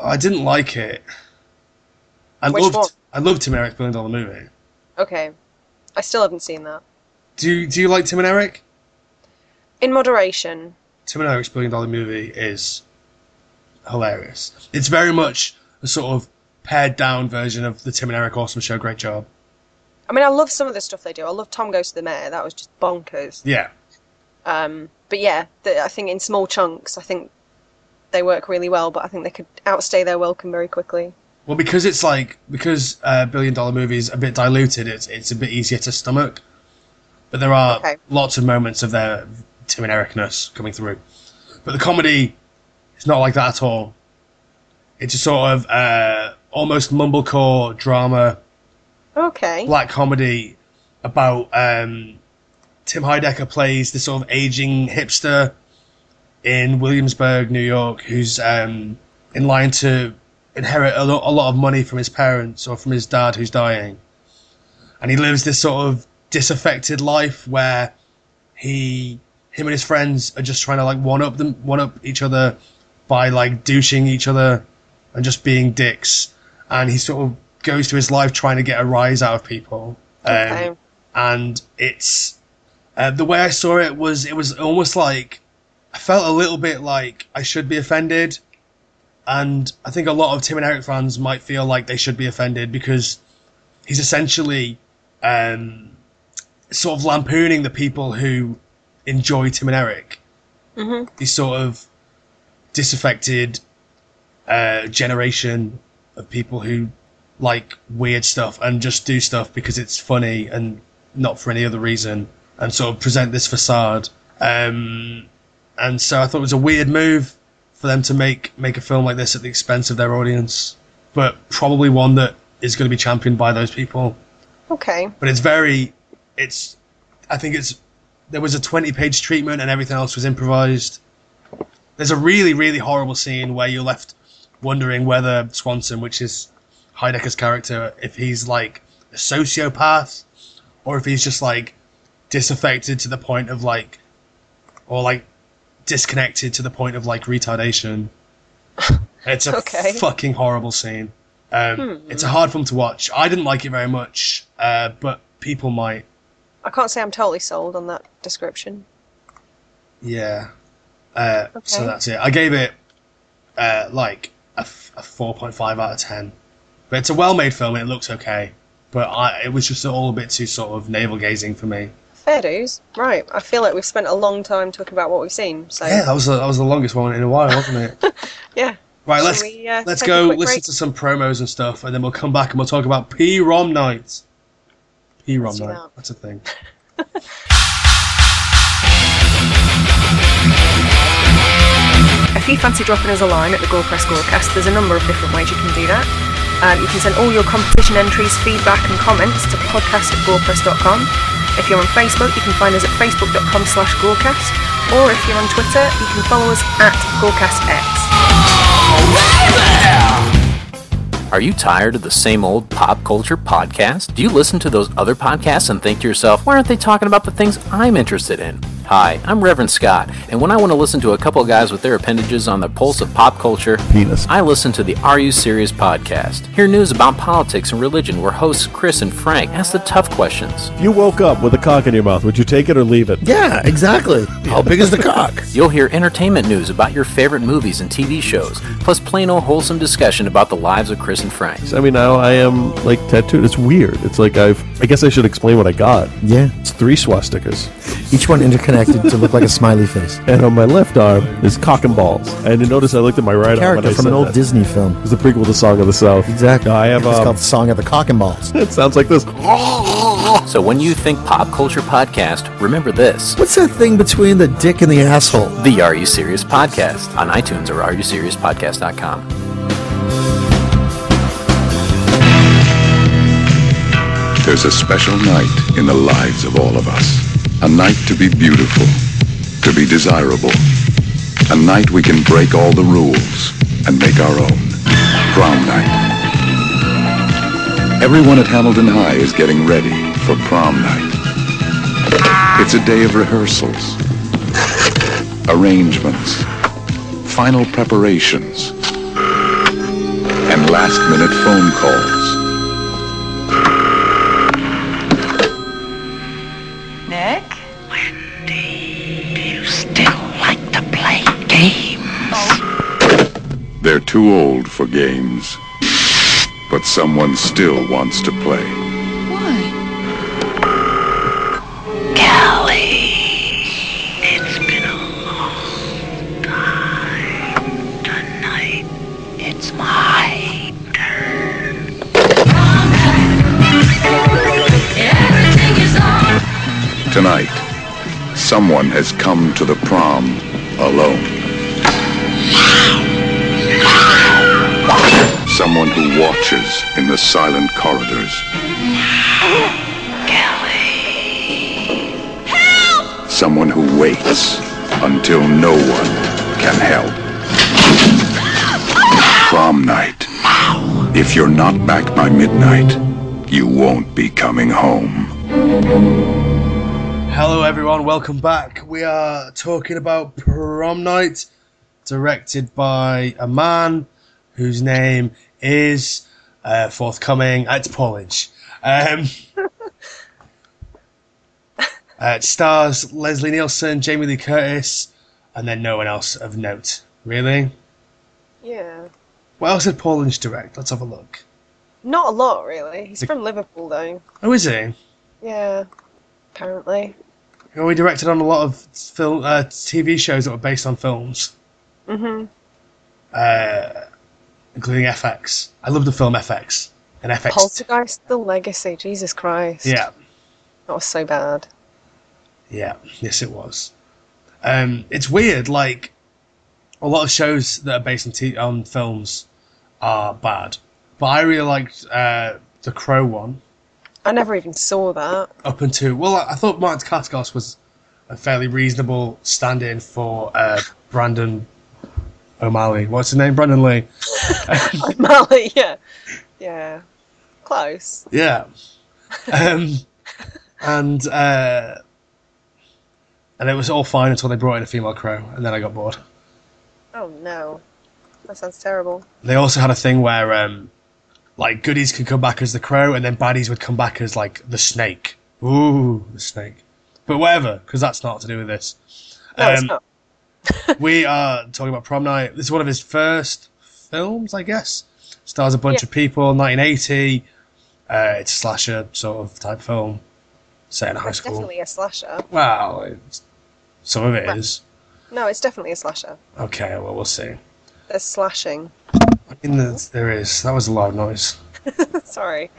Speaker 2: I didn't like it. I
Speaker 3: Which
Speaker 2: loved
Speaker 3: one?
Speaker 2: I loved Tim and Eric's billion dollar movie.
Speaker 3: Okay. I still haven't seen that.
Speaker 2: Do you, do you like Tim and Eric?
Speaker 3: in moderation.
Speaker 2: Tim and Eric's Billion Dollar Movie is hilarious. It's very much a sort of pared down version of the Tim and Eric Awesome Show. Great job.
Speaker 3: I mean, I love some of the stuff they do. I love Tom Goes to the Mayor. That was just bonkers.
Speaker 2: Yeah.
Speaker 3: Um, but yeah, the, I think in small chunks, I think they work really well. But I think they could outstay their welcome very quickly.
Speaker 2: Well, because it's like because uh, billion dollar movies a bit diluted, it's it's a bit easier to stomach. But there are
Speaker 3: Okay.
Speaker 2: lots of moments of their Tim and Ericness coming through. But the comedy is not like that at all. It's a sort of uh, almost mumblecore drama,
Speaker 3: Okay.
Speaker 2: black comedy about um, Tim Heidecker plays this sort of aging hipster in Williamsburg, New York, who's um, in line to inherit a, lo- a lot of money from his parents or from his dad who's dying. And he lives this sort of disaffected life where he, him and his friends are just trying to like one up them, one up each other by like douching each other and just being dicks. And he sort of goes through his life trying to get a rise out of people. Um,
Speaker 3: Okay.
Speaker 2: and it's uh, the way I saw it was it was almost like I felt a little bit like I should be offended, and I think a lot of Tim and Eric fans might feel like they should be offended because he's essentially um, sort of lampooning the people who enjoy Tim and Eric.
Speaker 3: Mhm.
Speaker 2: These sort of disaffected uh, generation of people who like weird stuff and just do stuff because it's funny and not for any other reason and sort of present this facade. Um, and so I thought it was a weird move for them to make make a film like this at the expense of their audience, but probably one that is going to be championed by those people.
Speaker 3: Okay.
Speaker 2: But it's very, it's, I think it's, there was a twenty page treatment and everything else was improvised. There's a really really horrible scene where you're left wondering whether Swanson, which is Heidecker's character, if he's like a sociopath or if he's just like disaffected to the point of like, or like disconnected to the point of like retardation. It's a
Speaker 3: Okay.
Speaker 2: fucking horrible scene. Um, It's a hard film to watch. I didn't like it very much, uh, but people might.
Speaker 3: I can't say I'm totally sold on that description.
Speaker 2: Yeah. Uh, So
Speaker 3: Okay.
Speaker 2: that's it. I gave it uh, like a, f- a 4.5 out of 10. But it's a well made film and it looks okay. But I, it was just all a bit too sort of navel gazing for me.
Speaker 3: Fair dues. Right. I feel like we've spent a long time talking about what we've seen. So
Speaker 2: Yeah, that was the- that was the longest one in a while, wasn't it?
Speaker 3: yeah.
Speaker 2: Right,
Speaker 3: Shall
Speaker 2: let's
Speaker 3: we, uh,
Speaker 2: let's
Speaker 3: take a
Speaker 2: go
Speaker 3: quick
Speaker 2: listen
Speaker 3: break?
Speaker 2: to some promos and stuff, and then we'll come back and we'll talk about P Rom Night. P Rom
Speaker 3: Let's do
Speaker 2: Night,
Speaker 3: that.
Speaker 2: that's a thing.
Speaker 4: If you fancy dropping us a line at the Gore Press Gorecast, there's a number of different ways you can do that. Um, you can send all your competition entries, feedback and comments to podcast at gorepress.com. If you're on Facebook, you can find us at facebook.com slash gorecast. Or if you're on Twitter, you can follow us at gorecastx.
Speaker 5: Are you tired of the same old pop culture podcast? Do you listen to those other podcasts and think to yourself, why aren't they talking about the things I'm interested in? Hi, I'm Reverend Scott, and when I want to listen to a couple guys with their appendages on the pulse of pop culture,
Speaker 6: Penis.
Speaker 5: I listen to the Are You Serious podcast. Hear news about politics and religion where hosts Chris and Frank ask the tough questions.
Speaker 6: You woke up with a cock in your mouth. Would you take it or leave it?
Speaker 7: Yeah, exactly. How big is the cock?
Speaker 5: You'll hear entertainment news about your favorite movies and TV shows, plus plain old wholesome discussion about the lives of Chris and Frank.
Speaker 6: I mean, now I am like tattooed. It's weird. It's like I've. I guess I should explain what I got.
Speaker 7: Yeah.
Speaker 6: It's three swastikas,
Speaker 7: Each one interconnected to look like a smiley face.
Speaker 6: and on my left arm is cock and balls. And you notice I looked at my right arm. when
Speaker 7: Character
Speaker 6: I
Speaker 7: from an
Speaker 6: said
Speaker 7: old
Speaker 6: that.
Speaker 7: Disney film.
Speaker 6: It's the prequel to Song of the South.
Speaker 7: Exactly.
Speaker 6: No, I have.
Speaker 7: It's
Speaker 6: Um,
Speaker 7: called Song of the Cock and Balls.
Speaker 6: it sounds like this.
Speaker 5: So when you think pop culture podcast, remember this.
Speaker 7: What's that thing between the dick and the asshole?
Speaker 5: The Are You Serious Podcast on iTunes or areyouseriousepodcast.com.
Speaker 8: There's a special night in the lives of all of us. A night to be beautiful, to be desirable. A night we can break all the rules and make our own. Prom night. Everyone at Hamilton High is getting ready for prom night. It's a day of rehearsals, arrangements, final preparations, and last minute phone calls.
Speaker 9: Nick? Wendy, do you
Speaker 8: too old for games, but someone still wants to play.
Speaker 9: Why? Callie. It's been a long time. Tonight, it's my turn. Everything is on.
Speaker 8: Tonight, someone has come to the prom alone. Someone who watches in the silent corridors. Someone who waits until no one can help. Prom night. If you're not back by midnight, you won't be coming home.
Speaker 2: Hello, everyone. Welcome back. We are talking about Prom Night, directed by a man whose name is uh, forthcoming. It's Paul Lynch. Um, uh, it stars Leslie Nielsen, Jamie Lee Curtis, and then no one else of note. Really?
Speaker 3: Yeah.
Speaker 2: What else did Paul Lynch direct? Let's have a look.
Speaker 3: Not a lot, really. He's from Liverpool, though.
Speaker 2: Oh, is he?
Speaker 3: Yeah. Apparently.
Speaker 2: Well, he directed on a lot of film, uh, TV shows that were based on films, Uh,
Speaker 3: Mm-hmm.
Speaker 2: including FX. I love the film FX and FX.
Speaker 3: Poltergeist, The Legacy. Jesus Christ.
Speaker 2: yeah,
Speaker 3: That was so bad.
Speaker 2: yeah, yes, it was. Um, it's weird. Like a lot of shows that are based on t- on films are bad, but I really liked uh, the Crow one
Speaker 3: I never even saw that.
Speaker 2: up until well, I I thought Martin Katkos was a fairly reasonable stand-in for uh, Brandon O'Malley. What's his name? Brandon Lee.
Speaker 3: Mally, yeah. Yeah. Close.
Speaker 2: Yeah. Um, and uh, and it was all fine until they brought in a female crow, and then I got bored.
Speaker 3: Oh, no. That sounds terrible.
Speaker 2: They also had a thing where um, like goodies could come back as the crow, and then baddies would come back as like the snake. Ooh, the snake. But whatever, because that's not to do with this.
Speaker 3: No, it's not.
Speaker 2: we are talking about prom night. This is one of his first films, I guess. Stars a bunch
Speaker 3: Yeah.
Speaker 2: of people, 1980. Uh, it's a slasher sort of type film set in a high
Speaker 3: It's
Speaker 2: school.
Speaker 3: definitely a slasher.
Speaker 2: Well, it's, some of it is.
Speaker 3: No, it's definitely a slasher.
Speaker 2: Okay, well, we'll see.
Speaker 3: There's slashing.
Speaker 2: In the, there is. That was a loud noise.
Speaker 3: Sorry.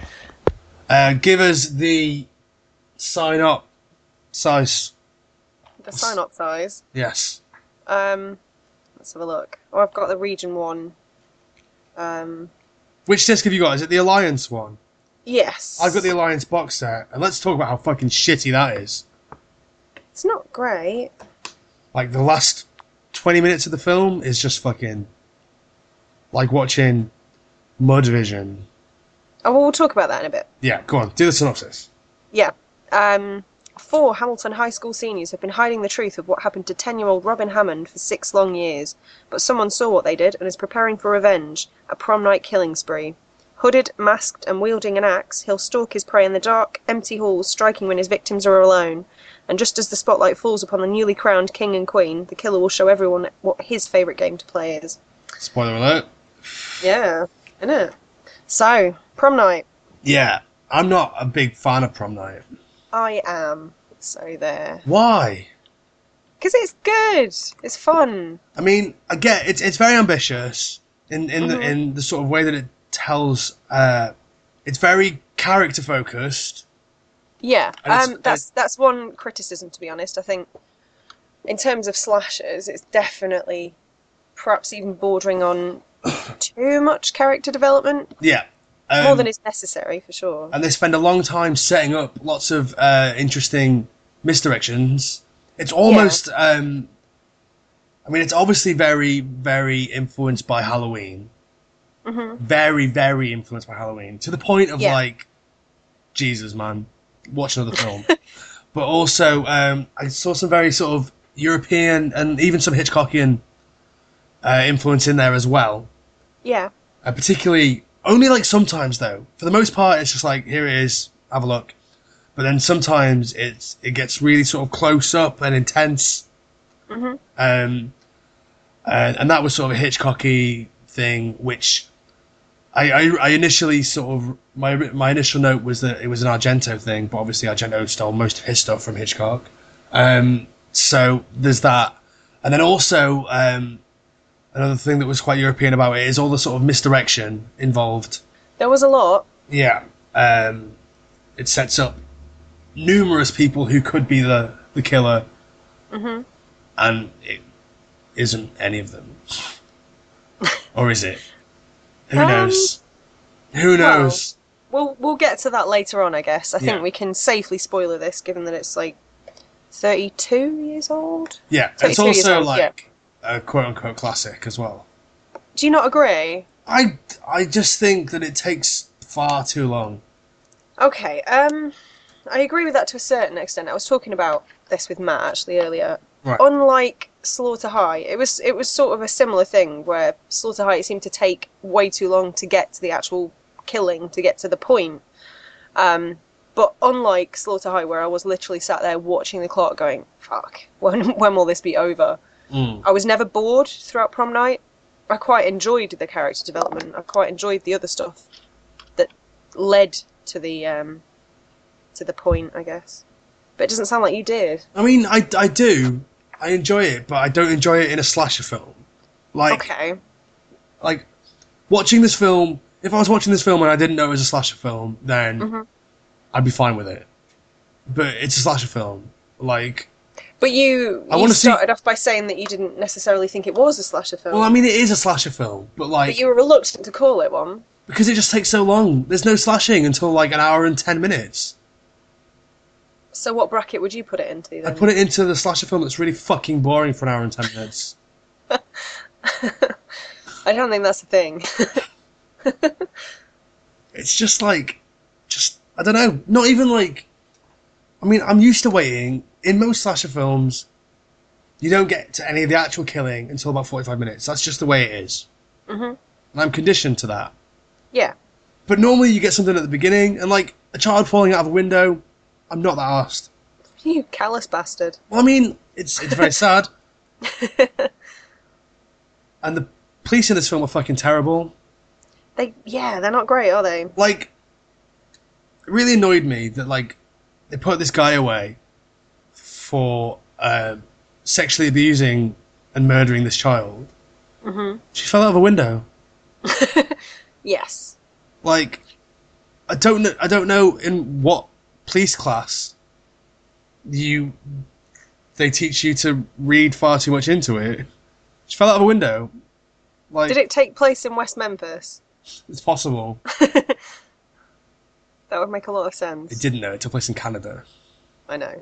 Speaker 2: Uh, give us the sign up size.
Speaker 3: The sign up size.
Speaker 2: Yes.
Speaker 3: Um, let's have a look. Oh, I've got the region one. Um,
Speaker 2: Which disc have you got? Is it the Alliance one?
Speaker 3: yes.
Speaker 2: I've got the Alliance box set, and let's talk about how fucking shitty that is.
Speaker 3: It's not great.
Speaker 2: Like, the last 20 minutes of the film is just fucking. Like watching Mud Vision.
Speaker 3: Oh, well, we'll talk about that in a bit.
Speaker 2: Yeah, go on, do the synopsis.
Speaker 3: Yeah. Um, four Hamilton High School seniors have been hiding the truth of what happened to 10 year old Robin Hammond for six long years, but someone saw what they did and is preparing for revenge a prom night killing spree. Hooded, masked, and wielding an axe, he'll stalk his prey in the dark, empty halls, striking when his victims are alone. And just as the spotlight falls upon the newly crowned king and queen, the killer will show everyone what his favourite game to play is.
Speaker 2: Spoiler alert.
Speaker 3: Yeah, innit? So, prom night.
Speaker 2: Yeah, I'm not a big fan of prom night.
Speaker 3: I am. So there.
Speaker 2: Why?
Speaker 3: Because it's good. It's fun.
Speaker 2: I mean, I get it's it's very ambitious in in the in the sort of way that it tells. Uh, it's very character focused.
Speaker 3: Yeah.
Speaker 2: And it's-
Speaker 3: Um, that's that's one criticism, to be honest. I think in terms of slashers, it's definitely perhaps even bordering on too much character development,
Speaker 2: Yeah, um,
Speaker 3: more than is necessary for sure.
Speaker 2: and they spend a long time setting up lots of uh, interesting misdirections. It's almost. Um, I mean, it's obviously very, very influenced by Halloween. Very, very influenced by Halloween to the point of
Speaker 3: Yeah.
Speaker 2: like, Jesus, man, watch another film. but also, um, I saw some very sort of European and even some Hitchcockian uh, influence in there as well.
Speaker 3: Yeah.
Speaker 2: Uh, particularly, only like sometimes though. For the most part, it's just like here it is, have a look. But then sometimes it's it gets really sort of close up and intense. Um, and, and that was sort of a Hitchcocky thing, which I, I, I initially sort of my my initial note was that it was an Argento thing, but obviously Argento stole most of his stuff from Hitchcock. Um, so there's that, and then also um, another thing that was quite European about it is all the sort of misdirection involved.
Speaker 3: There was a lot.
Speaker 2: Yeah, um, it sets up numerous people who could be the the killer,
Speaker 3: Mm-hmm.
Speaker 2: and it isn't any of them, or is it? Who
Speaker 3: Um,
Speaker 2: knows? Who
Speaker 3: well-
Speaker 2: knows?
Speaker 3: We'll we'll get to that later on, I guess. I
Speaker 2: Yeah.
Speaker 3: think we can safely spoiler this, given that it's like thirty-two years old.
Speaker 2: yeah,
Speaker 3: so
Speaker 2: it's
Speaker 3: it's really
Speaker 2: also
Speaker 3: yourself, yeah.
Speaker 2: like a quote unquote classic as well.
Speaker 3: Do you not agree?
Speaker 2: I I just think that it takes far too long.
Speaker 3: Okay, um, I agree with that to a certain extent. I was talking about this with Matt actually earlier.
Speaker 2: Right.
Speaker 3: Unlike Slaughter High, it was it was sort of a similar thing where Slaughter High it seemed to take way too long to get to the actual killing, to get to the point. Um, but unlike Slaughter High, where I was literally sat there watching the clock, going "fuck, when when will this be over?"
Speaker 2: Mm.
Speaker 3: I was never bored throughout prom night. I quite enjoyed the character development. I quite enjoyed the other stuff that led to the um, to the point, I guess. But it doesn't sound like you did.
Speaker 2: I mean, I, I do. I enjoy it, but I don't enjoy it in a slasher film. Like
Speaker 3: Okay.
Speaker 2: like watching this film. If I was watching this film and I didn't know it was a slasher film, then
Speaker 3: Mm-hmm.
Speaker 2: I'd be fine with it. But it's a slasher film. Like,
Speaker 3: But you,
Speaker 2: I
Speaker 3: you
Speaker 2: wanna see-
Speaker 3: started off by saying that you didn't necessarily think it was a slasher film,
Speaker 2: well, I mean, it is a slasher film, but like
Speaker 3: but you were reluctant to call it one.
Speaker 2: because it just takes so long. There's no slashing until like an hour and ten minutes.
Speaker 3: So what bracket would you put it into
Speaker 2: I
Speaker 3: then?
Speaker 2: put it into the slasher film that's really fucking boring for an hour and ten minutes.
Speaker 3: I don't think that's a thing.
Speaker 2: it's just like just I don't know, not even like I mean, I'm used to waiting. In most slasher films, you don't get to any of the actual killing until about 45 minutes. That's just the way it is. And I'm conditioned to that.
Speaker 3: yeah.
Speaker 2: But normally you get something at the beginning, and like a child falling out of a window, I'm not that arsed.
Speaker 3: You callous bastard.
Speaker 2: Well, I mean, it's it's very sad. and the police in this film are fucking terrible.
Speaker 3: They, yeah, they're not great, are they?
Speaker 2: like it really annoyed me that like they put this guy away for um, sexually abusing and murdering this child. Mm-hmm. She fell out of a window.
Speaker 3: Yes.
Speaker 2: Like I don't know. I don't know in what police class you they teach you to read far too much into it. She fell out of a window. Like
Speaker 3: Did it take place in West Memphis?
Speaker 2: it's possible.
Speaker 3: That would make a lot of sense.
Speaker 2: It didn't know. It took place in Canada.
Speaker 3: I know.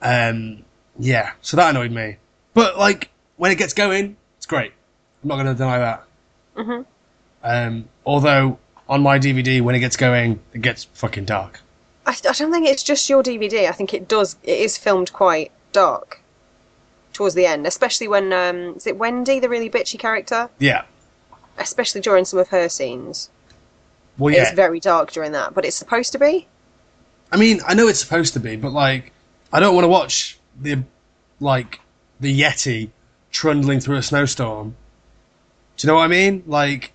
Speaker 2: Um, yeah, so that annoyed me. But like when it gets going, it's great. I'm not going to deny that. Mm-hmm. Um, although on my DVD, when it gets going, it gets fucking dark.
Speaker 3: I, I don't think it's just your DVD. I think it does. It is filmed quite dark towards the end, especially when um, is it Wendy, the really bitchy character?
Speaker 2: Yeah.
Speaker 3: Especially during some of her scenes,
Speaker 2: Well,
Speaker 3: it's
Speaker 2: yeah.
Speaker 3: very dark during that. But it's supposed to be.
Speaker 2: I mean, I know it's supposed to be, but like, I don't want to watch the like the Yeti trundling through a snowstorm. Do you know what I mean? Like,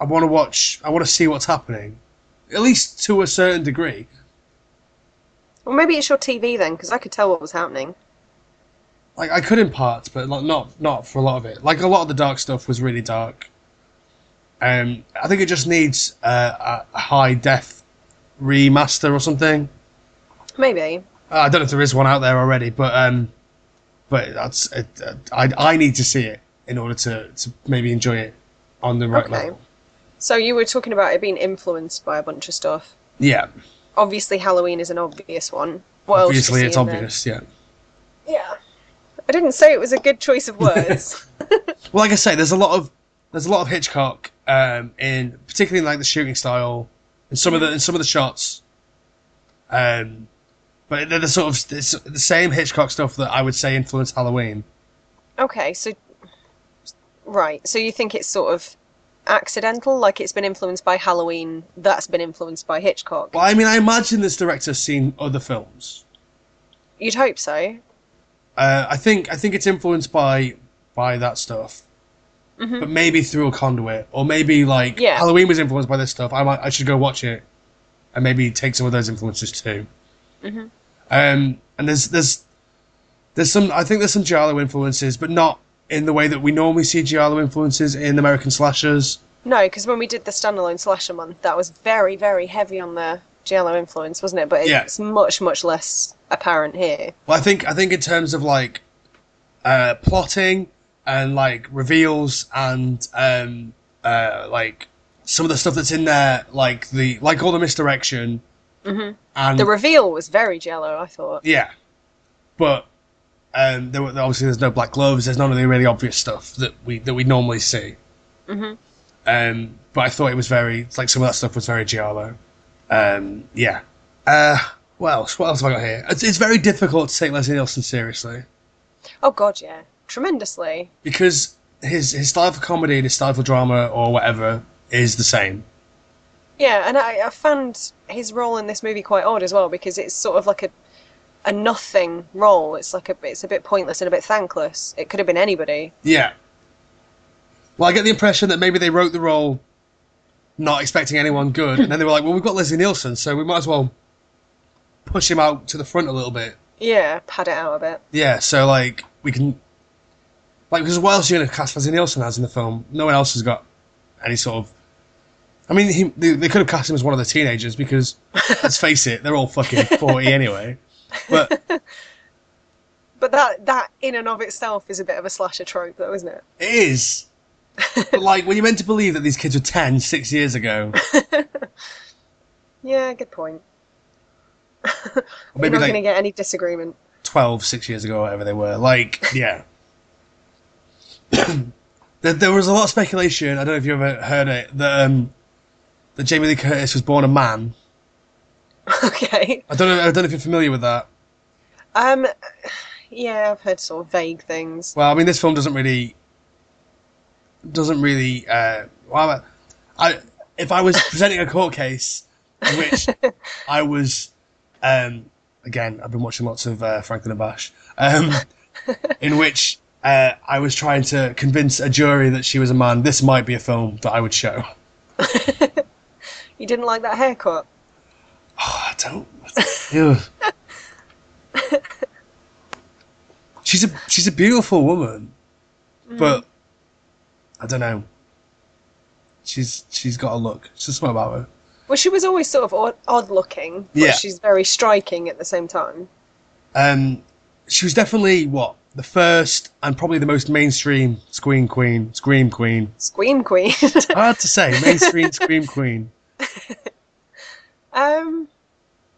Speaker 2: I want to watch. I want to see what's happening, at least to a certain degree.
Speaker 3: Well, maybe it's your TV then, because I could tell what was happening.
Speaker 2: like I could in parts, but like not not for a lot of it. Like a lot of the dark stuff was really dark. Um, I think it just needs uh, a- a high def remaster or something.
Speaker 3: Maybe.
Speaker 2: Uh, I don't know if there is one out there already, but um, but that's it, uh, I I need to see it in order to, to maybe enjoy it on the right
Speaker 3: Okay.
Speaker 2: level.
Speaker 3: So you were talking about it being influenced by a bunch of stuff.
Speaker 2: Yeah,
Speaker 3: Obviously, Halloween is an obvious one. What else do you
Speaker 2: obviously
Speaker 3: see
Speaker 2: it's
Speaker 3: in there?
Speaker 2: obvious. Yeah.
Speaker 3: Yeah. I didn't say it was a good choice of words.
Speaker 2: Well, like I say, there's a lot of there's a lot of Hitchcock um, in particularly in, like the shooting style and some of the in some of the shots. Um, but they're the sort of it's the same Hitchcock stuff that I would say influenced Halloween.
Speaker 3: Okay, so right, so you think it's sort of accidental, like it's been influenced by Halloween, that's been influenced by Hitchcock.
Speaker 2: Well, I mean, I imagine this director's seen other films.
Speaker 3: You'd hope so.
Speaker 2: Uh, I think I think it's influenced by by that stuff. but maybe through a conduit, or maybe like
Speaker 3: Yeah.
Speaker 2: Halloween was influenced by this stuff. I might I should go watch it, and maybe take some of those influences too. Mm-hmm. Um, and there's there's there's some I think there's some giallo influences, but not in the way that we normally see giallo influences in American slashers.
Speaker 3: No, because when we did the standalone slasher month, that was very, very heavy on the Giallo influence, wasn't it? But
Speaker 2: Yeah.
Speaker 3: it's much, much less apparent here.
Speaker 2: Well, I think I think in terms of like uh, plotting and like reveals and um, uh, like some of the stuff that's in there, like the like all the misdirection and
Speaker 3: The reveal was very Giallo, I thought.
Speaker 2: yeah, but um, there were, obviously there's no black gloves. There's none of the really obvious stuff that we that we normally see. Mm-hmm. Um, but I thought it was very it's like some of that stuff was very giallo. Um, yeah. Uh, what else? What else have I got here? It's, it's very difficult to take Leslie Nielsen seriously.
Speaker 3: Oh God, yeah, tremendously.
Speaker 2: because his his style for comedy and his style for drama or whatever is the same.
Speaker 3: Yeah, and I, I found his role in this movie quite odd as well because it's sort of like a a nothing role. It's like a it's a bit pointless and a bit thankless. It could have been anybody.
Speaker 2: Yeah. Well, I get the impression that maybe they wrote the role not expecting anyone good, and then they were like, "Well, we've got Leslie Nielsen, so we might as well push him out to the front a little bit."
Speaker 3: Yeah, pad it out a bit.
Speaker 2: Yeah. So like we can, like, because what else are you gonna cast Leslie Nielsen as in the film? No one else has got any sort of. I mean, he, they, they could have cast him as one of the teenagers because, let's face it, they're all fucking forty anyway. But
Speaker 3: But that that in and of itself is a bit of a slasher trope, though, isn't it?
Speaker 2: It is. but like when you're meant to believe that these kids were 10 six years ago
Speaker 3: Yeah, good point.
Speaker 2: or
Speaker 3: We're
Speaker 2: maybe
Speaker 3: not
Speaker 2: like
Speaker 3: going to get any disagreement.
Speaker 2: 12 six years ago or whatever they were like yeah there, there was a lot of speculation i don't know if you ever heard it that um that jamie lee curtis was born a man
Speaker 3: okay.
Speaker 2: i don't know i don't know if you're familiar with that
Speaker 3: Um, yeah, I've heard sort of vague things.
Speaker 2: well i mean this film doesn't really doesn't really uh well, I, I if i was presenting a court case in which i was um again i've been watching lots of uh, franklin and bash um in which uh, i was trying to convince a jury that she was a man this might be a film that i would show
Speaker 3: You didn't like that haircut?
Speaker 2: I don't. Ew. she's a she's a beautiful woman, but I don't know. She's she's got a look. She's just something about her.
Speaker 3: Well, she was always sort of odd, odd looking, but
Speaker 2: Yeah.
Speaker 3: she's very striking at the same time.
Speaker 2: Um, she was definitely what the first and probably the most mainstream scream queen. Scream queen.
Speaker 3: Scream queen.
Speaker 2: Hard to say. Mainstream scream queen.
Speaker 3: um,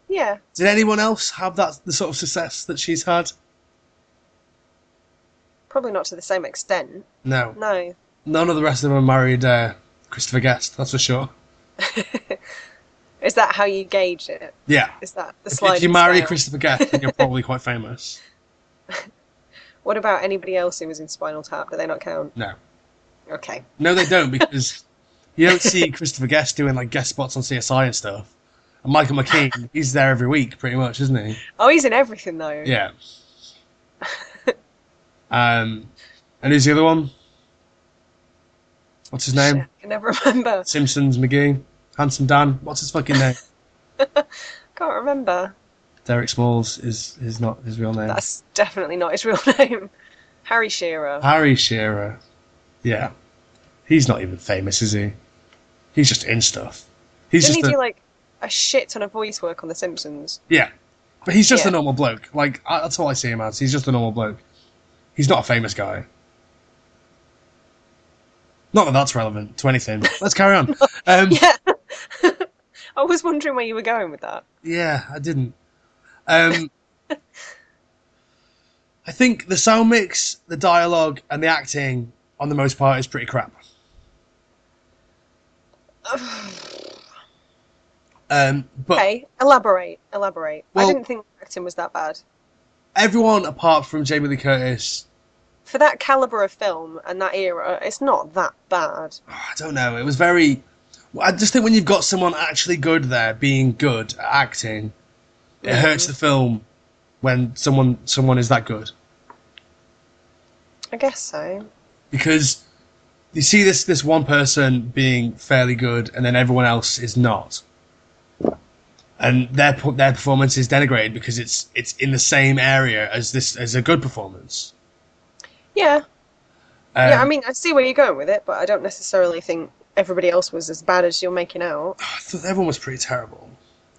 Speaker 3: yeah.
Speaker 2: Did anyone else have that the sort of success that she's had?
Speaker 3: Probably not to the same extent.
Speaker 2: No.
Speaker 3: No.
Speaker 2: None of the rest of them married uh, Christopher Guest. That's for sure.
Speaker 3: Is that how you gauge it?
Speaker 2: Yeah.
Speaker 3: Is that the
Speaker 2: If-
Speaker 3: sliding
Speaker 2: If you marry
Speaker 3: scale?
Speaker 2: Christopher Guest, then you're probably quite famous.
Speaker 3: What about anybody else who was in Spinal Tap? Do they not count?
Speaker 2: No,
Speaker 3: Okay.
Speaker 2: no, they don't because you don't see Christopher Guest doing like guest spots on CSI and stuff. And Michael McKean, he's there every week, pretty much, isn't he?
Speaker 3: Oh, he's in everything though.
Speaker 2: Yeah. Um, and who's the other one? What's his name?
Speaker 3: Shit, I can never remember.
Speaker 2: Simpsons McGee, Handsome Dan. What's his fucking name?
Speaker 3: Can't remember.
Speaker 2: Derek Smalls is is not his real name.
Speaker 3: That's definitely not his real name. Harry Shearer.
Speaker 2: Harry Shearer. Yeah. He's not even famous, is he? He's just in stuff. He's
Speaker 3: Didn't he
Speaker 2: just a,
Speaker 3: do like a shit ton of voice work on The Simpsons?
Speaker 2: yeah. But he's just a
Speaker 3: Yeah.
Speaker 2: normal bloke. Like I, that's all I see him as. He's just a normal bloke. He's not a famous guy. Not that that's relevant to anything. Let's carry on. Um, yeah.
Speaker 3: I was wondering where you were going with that.
Speaker 2: I didn't. Um, I think the sound mix, the dialogue, and the acting, on the most part, is pretty crap. um, but
Speaker 3: Okay, elaborate, elaborate.
Speaker 2: Well-
Speaker 3: I didn't think the acting was that bad.
Speaker 2: everyone apart from Jamie Lee Curtis,
Speaker 3: For that caliber of film and that era, it's not that bad.
Speaker 2: I don't know. It was very. I just think when you've got someone actually good there, being good at acting, it hurts the film when someone someone is that good
Speaker 3: I guess so.
Speaker 2: because you see this this one person being fairly good, and then everyone else is not, and their pu- their performance is denigrated because it's it's in the same area as this as a good performance.
Speaker 3: Yeah,
Speaker 2: Um,
Speaker 3: yeah. I mean, I see where you're going with it, but I don't necessarily think everybody else was as bad as you're making out.
Speaker 2: I thought everyone was pretty terrible.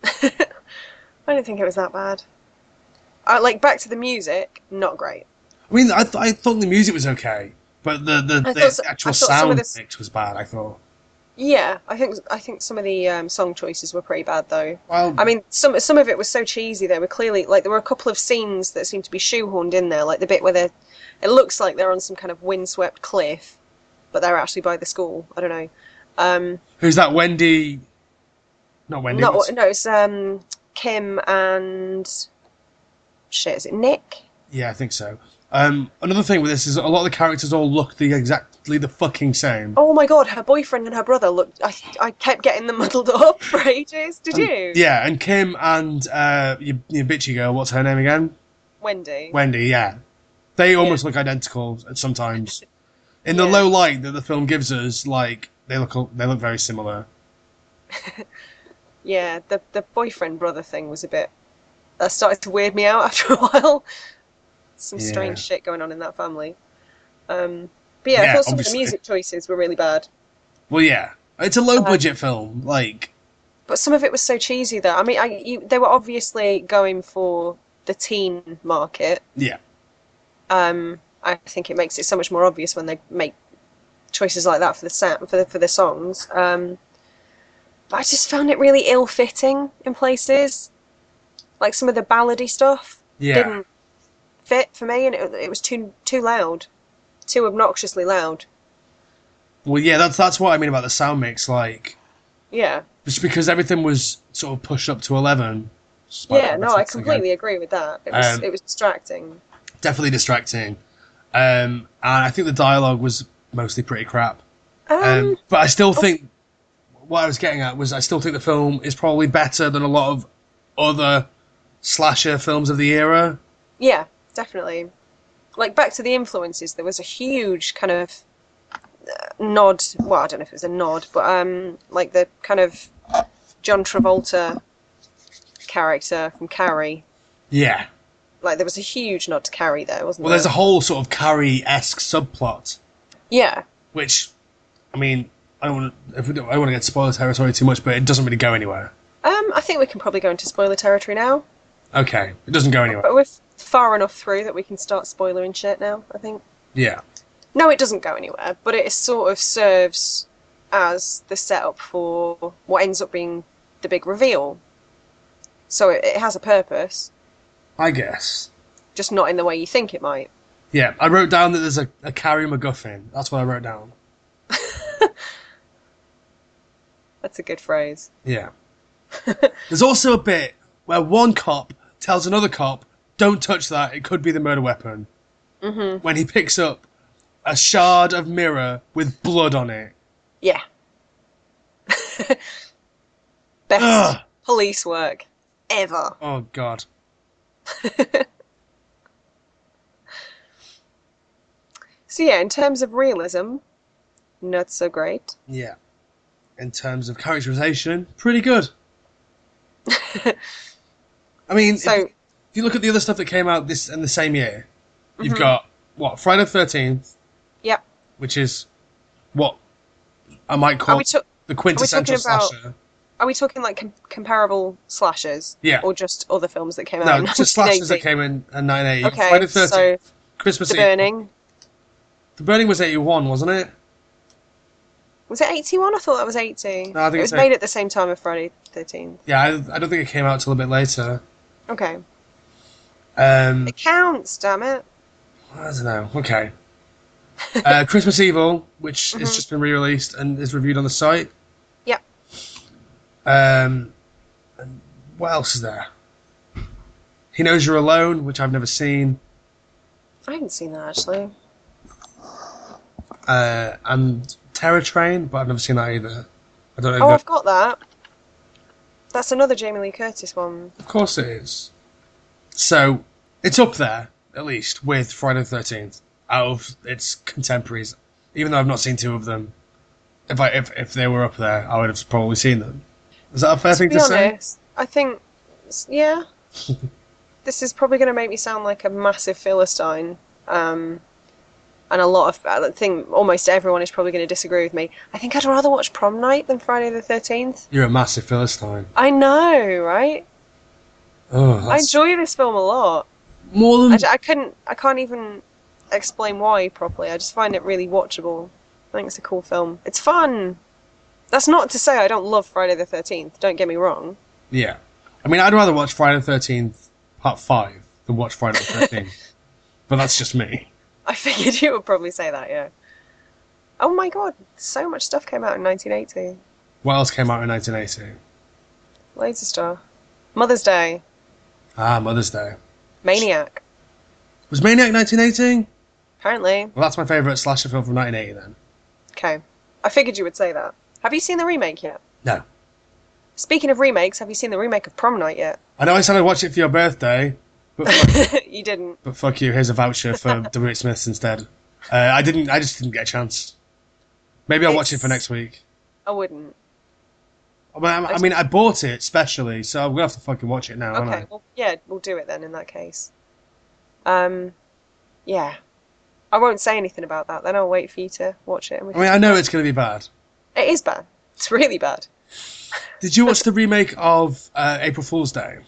Speaker 3: I don't think it was that bad. I, like back to the music, not great.
Speaker 2: I mean, I, th- I thought the music was okay, but the the,
Speaker 3: I
Speaker 2: the
Speaker 3: thought so-
Speaker 2: actual
Speaker 3: I thought some of
Speaker 2: sound
Speaker 3: this-
Speaker 2: mix was bad. I thought.
Speaker 3: Yeah, I think I think some of the um, song choices were pretty bad though.
Speaker 2: Well,
Speaker 3: I mean, some some of it was so cheesy. They were clearly like there were a couple of scenes that seemed to be shoehorned in there, like the bit where they it looks like they're on some kind of windswept cliff, but they're actually by the school. I don't know. Um,
Speaker 2: who's that? Wendy? Not Wendy.
Speaker 3: not
Speaker 2: what's-
Speaker 3: no, it's um, Kim and shit. Is it Nick?
Speaker 2: Yeah, I think so. Um, another thing with this is a lot of the characters all look the exactly the fucking same.
Speaker 3: Oh my god, her boyfriend and her brother looked. I I kept getting them muddled up for ages. Did you?
Speaker 2: Um, Yeah, and Kim and uh, your, your bitchy girl, what's her name again?
Speaker 3: Wendy.
Speaker 2: Wendy. Yeah, they almost look identical sometimes. In the
Speaker 3: Yeah.
Speaker 2: low light that the film gives us, like they look all- they look very similar.
Speaker 3: Yeah, the the boyfriend brother thing was a bit. That started to weird me out after a while. Some strange shit going on in that family. Um, but yeah,
Speaker 2: Yeah,
Speaker 3: I thought some of
Speaker 2: obviously.
Speaker 3: the music choices were really bad,
Speaker 2: Well, yeah, it's a
Speaker 3: Uh-huh.
Speaker 2: low budget film. Like,
Speaker 3: but some of it was so cheesy though. I mean, I, you, they were obviously going for the teen market.
Speaker 2: yeah,
Speaker 3: Um, I think it makes it so much more obvious when they make choices like that for the sa for the, for the songs. Um, but I just found it really ill fitting in places, like some of the ballady stuff.
Speaker 2: yeah.
Speaker 3: didn't fit for me, and it, it was too too loud, too obnoxiously loud.
Speaker 2: Well, yeah, that's that's what I mean about the sound mix. Like,
Speaker 3: Yeah,
Speaker 2: just because everything was sort of pushed up to eleven. despite
Speaker 3: yeah.
Speaker 2: that
Speaker 3: No, I
Speaker 2: reference again.
Speaker 3: completely agree with that. It was
Speaker 2: Um,
Speaker 3: it was distracting.
Speaker 2: definitely distracting. Um, and I think the dialogue was mostly pretty crap.
Speaker 3: Um,
Speaker 2: Um, but I still think what I was getting at was I still think the film is probably better than a lot of other slasher films of the era.
Speaker 3: yeah, definitely. Like back to the influences, there was a huge kind of uh, nod. Well, I don't know if it was a nod, but um, like the kind of John Travolta character from Carrie.
Speaker 2: Yeah.
Speaker 3: Like there was a huge nod to Carrie there, wasn't
Speaker 2: Well,
Speaker 3: there?
Speaker 2: there's a whole sort of Carrie esque subplot,
Speaker 3: yeah,
Speaker 2: which, I mean, I don't want to, if we don't, I don't want to get spoiler territory too much, but it doesn't really go anywhere.
Speaker 3: um, I think we can probably go into spoiler territory now.
Speaker 2: Okay, it doesn't go anywhere.
Speaker 3: But we're f- far enough through that we can start spoilering shit now, I think.
Speaker 2: Yeah.
Speaker 3: No, it doesn't go anywhere, but it sort of serves as the setup for what ends up being the big reveal. So it, it has a purpose,
Speaker 2: I guess.
Speaker 3: just not in the way you think it might.
Speaker 2: Yeah, I wrote down that there's a, a Carrie MacGuffin. That's what I wrote down.
Speaker 3: That's a good phrase.
Speaker 2: Yeah. There's also a bit where one cop tells another cop, "Don't touch that. It could be the murder weapon." Mm-hmm. When he picks up a shard of mirror with blood on it.
Speaker 3: Yeah. Best
Speaker 2: Ugh.
Speaker 3: police work ever.
Speaker 2: Oh God.
Speaker 3: So, yeah, in terms of realism, not so great.
Speaker 2: Yeah. In terms of characterization, pretty good. I mean, if-
Speaker 3: So,
Speaker 2: if you look at the other stuff that came out this in the same year, you've
Speaker 3: Mm-hmm.
Speaker 2: got what Friday the Thirteenth,
Speaker 3: yep.
Speaker 2: which is what I might call
Speaker 3: we ta-
Speaker 2: the quintessential
Speaker 3: about-
Speaker 2: slasher.
Speaker 3: Are we talking like com- comparable slashes?
Speaker 2: Yeah.
Speaker 3: Or just other films that came out?
Speaker 2: No,
Speaker 3: in
Speaker 2: just slashers that
Speaker 3: 1980?
Speaker 2: came in in 1980.
Speaker 3: Okay,
Speaker 2: Friday the 13th,
Speaker 3: so
Speaker 2: Christmas
Speaker 3: The
Speaker 2: Eve.
Speaker 3: Burning.
Speaker 2: The Burning was 81, wasn't it?
Speaker 3: Was it 81? I thought that was 80.
Speaker 2: No, I think
Speaker 3: it
Speaker 2: it's
Speaker 3: was
Speaker 2: eight-
Speaker 3: made at the same time as Friday the 13th.
Speaker 2: Yeah, I, I don't think it came out till a bit later.
Speaker 3: Okay.
Speaker 2: Um,
Speaker 3: It counts, damn it.
Speaker 2: I don't know. Okay. Uh, Christmas Evil, which has just been re-released and is reviewed on the site.
Speaker 3: Mm-hmm. Yep.
Speaker 2: Um, and what else is there? He knows you're alone, which I've never seen,
Speaker 3: I haven't seen that actually.
Speaker 2: uh, and Terror Train, but I've never seen that either. I don't know.
Speaker 3: Oh,
Speaker 2: if
Speaker 3: I've got that. That's another Jamie Lee Curtis one.
Speaker 2: Of course it is. So it's up there, at least, with Friday the Thirteenth out of its contemporaries. even though I've not seen two of them, if I if, if they were up there, I would have probably seen them. Is that a fair thing
Speaker 3: be
Speaker 2: to say?
Speaker 3: honest, I think, yeah. this is probably going to make me sound like a massive philistine, um, and a lot of I think almost everyone is probably going to disagree with me. I think I'd rather watch Prom Night than Friday the Thirteenth.
Speaker 2: You're a massive philistine.
Speaker 3: I know, right?
Speaker 2: Oh,
Speaker 3: I
Speaker 2: that's
Speaker 3: enjoy this film a lot.
Speaker 2: more
Speaker 3: I,
Speaker 2: than
Speaker 3: j- I couldn't, I can't even explain why properly. I just find it really watchable. I think it's a cool film. It's fun. That's not to say I don't love Friday the Thirteenth. Don't get me wrong.
Speaker 2: yeah. I mean, I'd rather watch Friday the Thirteenth Part Five than watch Friday the Thirteenth, but that's just me.
Speaker 3: I figured you would probably say that, yeah. Oh my god, so much stuff came out in 1980.
Speaker 2: What else came out in 1980?
Speaker 3: Loads of stuff. Mother's Day,
Speaker 2: Ah, Mother's Day.
Speaker 3: Maniac,
Speaker 2: Was Maniac 1980?
Speaker 3: apparently.
Speaker 2: Well, that's my favourite slasher film from 1980 then.
Speaker 3: Okay, I figured you would say that. Have you seen the remake yet?
Speaker 2: No.
Speaker 3: Speaking of remakes, have you seen the remake of Prom Night yet?
Speaker 2: I know I said I'd watch it for your birthday, but fuck,
Speaker 3: you didn't.
Speaker 2: but fuck you, here's a voucher for W. H. Smith's instead. Uh, I didn't. I just didn't get a chance. Maybe I'll watch it for
Speaker 3: It's-
Speaker 2: next week.
Speaker 3: I wouldn't.
Speaker 2: I mean, I, I, mean, I bought it specially, so I'm gonna have to fucking watch it now,
Speaker 3: Okay,
Speaker 2: aren't
Speaker 3: well, yeah, we'll do it then in that case. Um, yeah. I won't say anything about that then. I'll wait for you to watch it. And we
Speaker 2: I? I mean, I know it's gonna be bad.
Speaker 3: It is bad. It's really bad.
Speaker 2: Did you watch the remake of uh, April Fool's Day?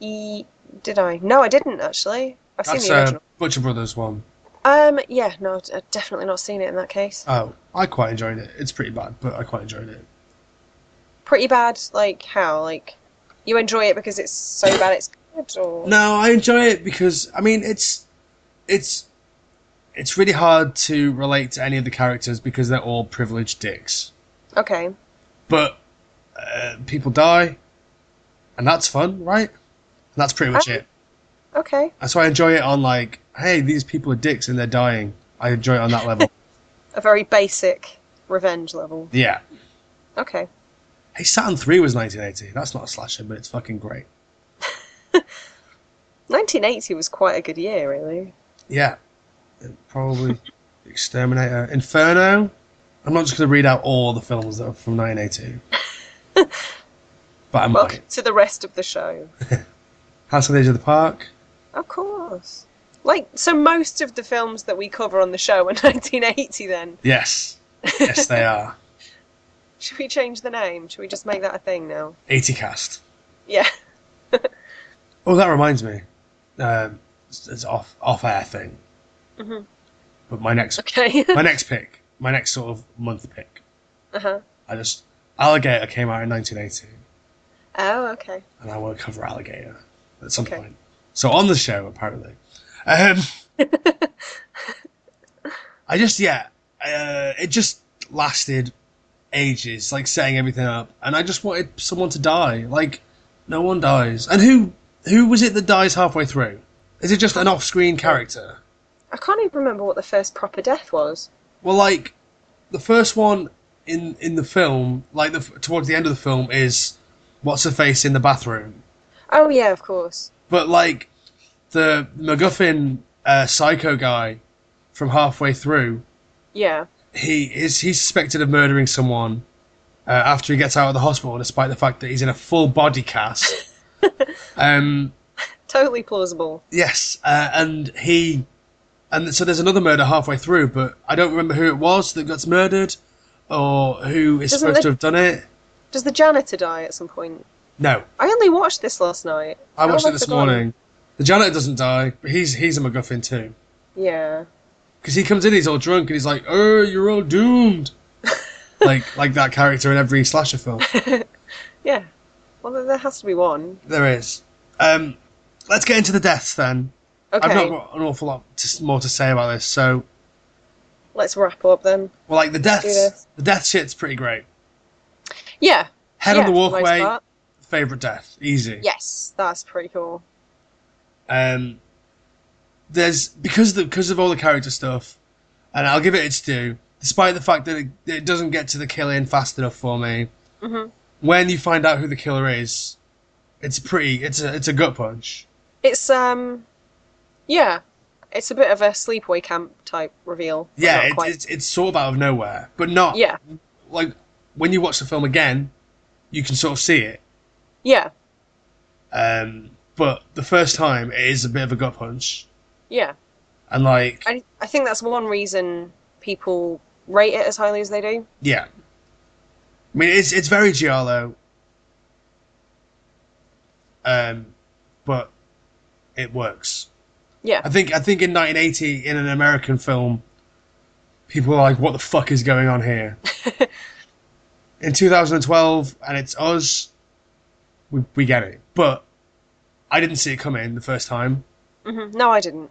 Speaker 3: E- did I? No, I didn't actually. I've seen
Speaker 2: That's
Speaker 3: the
Speaker 2: uh,
Speaker 3: original.
Speaker 2: Butcher Brothers one.
Speaker 3: Um, yeah, no, I'd- I've definitely not seen it in that case.
Speaker 2: Oh, I quite enjoyed it. It's pretty bad, but I quite enjoyed it.
Speaker 3: Pretty bad. Like how? Like you enjoy it because it's so bad it's good, or
Speaker 2: No, I enjoy it because I mean it's it's it's really hard to relate to any of the characters because they're all privileged dicks.
Speaker 3: okay,
Speaker 2: But uh, people die, and that's fun, right? And that's pretty much
Speaker 3: Uh,
Speaker 2: it.
Speaker 3: okay,
Speaker 2: And so I enjoy it on like, hey, these people are dicks and they're dying. I enjoy it on that level.
Speaker 3: a very basic revenge level.
Speaker 2: yeah.
Speaker 3: Okay,
Speaker 2: Hey, Saturn Three was 1980. That's not a slasher, but it's fucking great.
Speaker 3: 1980 was quite a good year, really.
Speaker 2: Yeah. And probably Exterminator, Inferno. I'm not just going to read out all the films that are from 1980. but I might.
Speaker 3: Welcome to the rest of the show.
Speaker 2: House on the Edge of the Park.
Speaker 3: Of course. Like so, most of the films that we cover on the show are 1980. Then
Speaker 2: Yes. Yes, they are.
Speaker 3: should we change the name? Should we just make that a thing now?
Speaker 2: 80 cast.
Speaker 3: Yeah.
Speaker 2: Oh, that reminds me. Um, it's it's off off air thing. But my next
Speaker 3: Okay.
Speaker 2: my next pick, my next sort of month pick.
Speaker 3: uh huh.
Speaker 2: I just Alligator came out in 1980,
Speaker 3: Oh, okay.
Speaker 2: and I want to cover Alligator at some
Speaker 3: Okay.
Speaker 2: point. So on the show, apparently. Um, I just yeah, uh, it just lasted ages, like setting everything up, and I just wanted someone to die. Like no one dies, and who who was it that dies halfway through? Is it just an off-screen character?
Speaker 3: I can't even remember what the first proper death was.
Speaker 2: Well, like the first one in in the film, like the f- towards the end of the film, is what's her face in the bathroom.
Speaker 3: Oh yeah, of course.
Speaker 2: But like the MacGuffin uh, psycho guy from halfway through,
Speaker 3: Yeah.
Speaker 2: he is he's suspected of murdering someone uh, after he gets out of the hospital, despite the fact that he's in a full body cast. um,
Speaker 3: Totally plausible.
Speaker 2: Yes, uh, and he, and so there's another murder halfway through, but I don't remember who it was that gets murdered, or who is
Speaker 3: Doesn't
Speaker 2: supposed
Speaker 3: the-
Speaker 2: to have done it.
Speaker 3: Does the janitor die at some point?
Speaker 2: No,
Speaker 3: I only watched this last night.
Speaker 2: I
Speaker 3: How
Speaker 2: watched
Speaker 3: have
Speaker 2: it this
Speaker 3: forgotten?
Speaker 2: morning. The janitor doesn't die, but he's he's a MacGuffin too,
Speaker 3: Yeah.
Speaker 2: because he comes in, he's all drunk, and he's like, "Oh, you're all doomed," like like that character in every slasher film.
Speaker 3: Yeah. Well, there- there has to be one.
Speaker 2: There is. Um, let's get into the deaths then.
Speaker 3: Okay.
Speaker 2: I've not got an awful lot to, more to say about this, so
Speaker 3: Let's wrap up then.
Speaker 2: well, like the deaths,
Speaker 3: this.
Speaker 2: the death shit's pretty great.
Speaker 3: Yeah.
Speaker 2: Head
Speaker 3: yeah,
Speaker 2: on the
Speaker 3: for most
Speaker 2: walkway,
Speaker 3: part.
Speaker 2: favorite death, easy.
Speaker 3: Yes, that's pretty cool.
Speaker 2: Um, there's because the because of all the character stuff, and I'll give it its due, despite the fact that it, it doesn't get to the killing fast enough for me.
Speaker 3: Mhm.
Speaker 2: When you find out who the killer is, it's pretty. It's a it's a gut punch.
Speaker 3: It's um, yeah. It's a bit of a sleepaway camp type reveal. but
Speaker 2: Yeah,
Speaker 3: not
Speaker 2: it,
Speaker 3: quite.
Speaker 2: it's it's sort of out of nowhere, but not
Speaker 3: yeah,
Speaker 2: like when you watch the film again, you can sort of see it.
Speaker 3: yeah,
Speaker 2: Um, but the first time, it is a bit of a gut punch,
Speaker 3: yeah.
Speaker 2: and like
Speaker 3: I I think that's one reason people rate it as highly as they do.
Speaker 2: yeah, I mean it's it's very giallo. Um, but it works.
Speaker 3: Yeah.
Speaker 2: I think I think in 1980 in an American film, people were like, "What the fuck is going on here?" in 2012, and it's us. We we get it, but I didn't see it coming the first time,
Speaker 3: hmm No, I didn't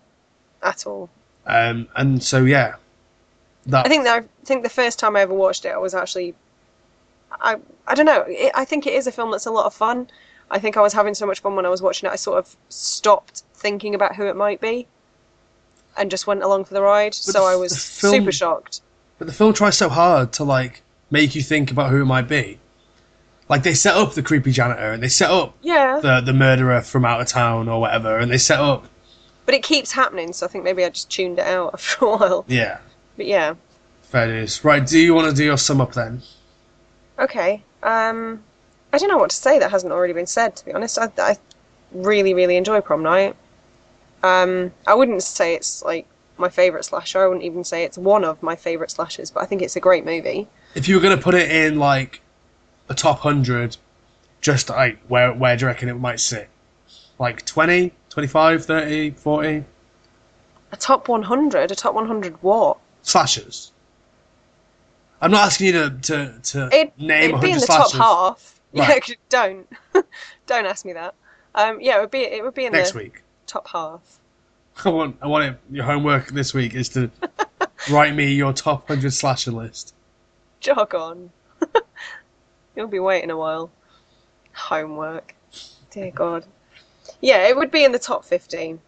Speaker 3: at all.
Speaker 2: um, and so yeah, that
Speaker 3: I think that I think the first time I ever watched it, I was actually, I I don't know. It, I think it is a film that's a lot of fun. I think I was having so much fun when I was watching it. I sort of stopped thinking about who it might be, and just went along for the ride.
Speaker 2: But
Speaker 3: so
Speaker 2: the-
Speaker 3: I
Speaker 2: the
Speaker 3: was
Speaker 2: film-
Speaker 3: super shocked.
Speaker 2: but the film tries so hard to like make you think about who it might be. Like they set up the creepy janitor, and they set up
Speaker 3: Yeah,
Speaker 2: the the murderer from out of town or whatever, and they set up
Speaker 3: but it keeps happening, so I think maybe I just tuned it out after a while.
Speaker 2: yeah.
Speaker 3: But yeah,
Speaker 2: Fair dues. Right, do you want to do your sum up then?
Speaker 3: okay. Um, I don't know what to say that hasn't already been said. To be honest, I, I really really enjoy Prom Night. Um, I wouldn't say it's like my favorite slasher. I wouldn't even say it's one of my favorite slashers, but I think it's a great movie.
Speaker 2: If you were going to put it in like a top 100, just like where, where do you reckon it might sit? Like 20, 25, 30, 40?
Speaker 3: A top 100, a top 100 what?
Speaker 2: Slashers. I'm not asking you to, to, to
Speaker 3: It,
Speaker 2: name
Speaker 3: it'd
Speaker 2: 100
Speaker 3: be in the
Speaker 2: slashers.
Speaker 3: top half. Yeah,
Speaker 2: Right.
Speaker 3: 'cause- don't don't ask me that. Um, yeah, it would be it would be in
Speaker 2: Next
Speaker 3: the
Speaker 2: week.
Speaker 3: top half.
Speaker 2: I want, I want it, your homework this week is to write me your top 100 slasher list.
Speaker 3: Jog on. You'll be waiting a while. Homework. Dear God. Yeah, it would be in the top 15.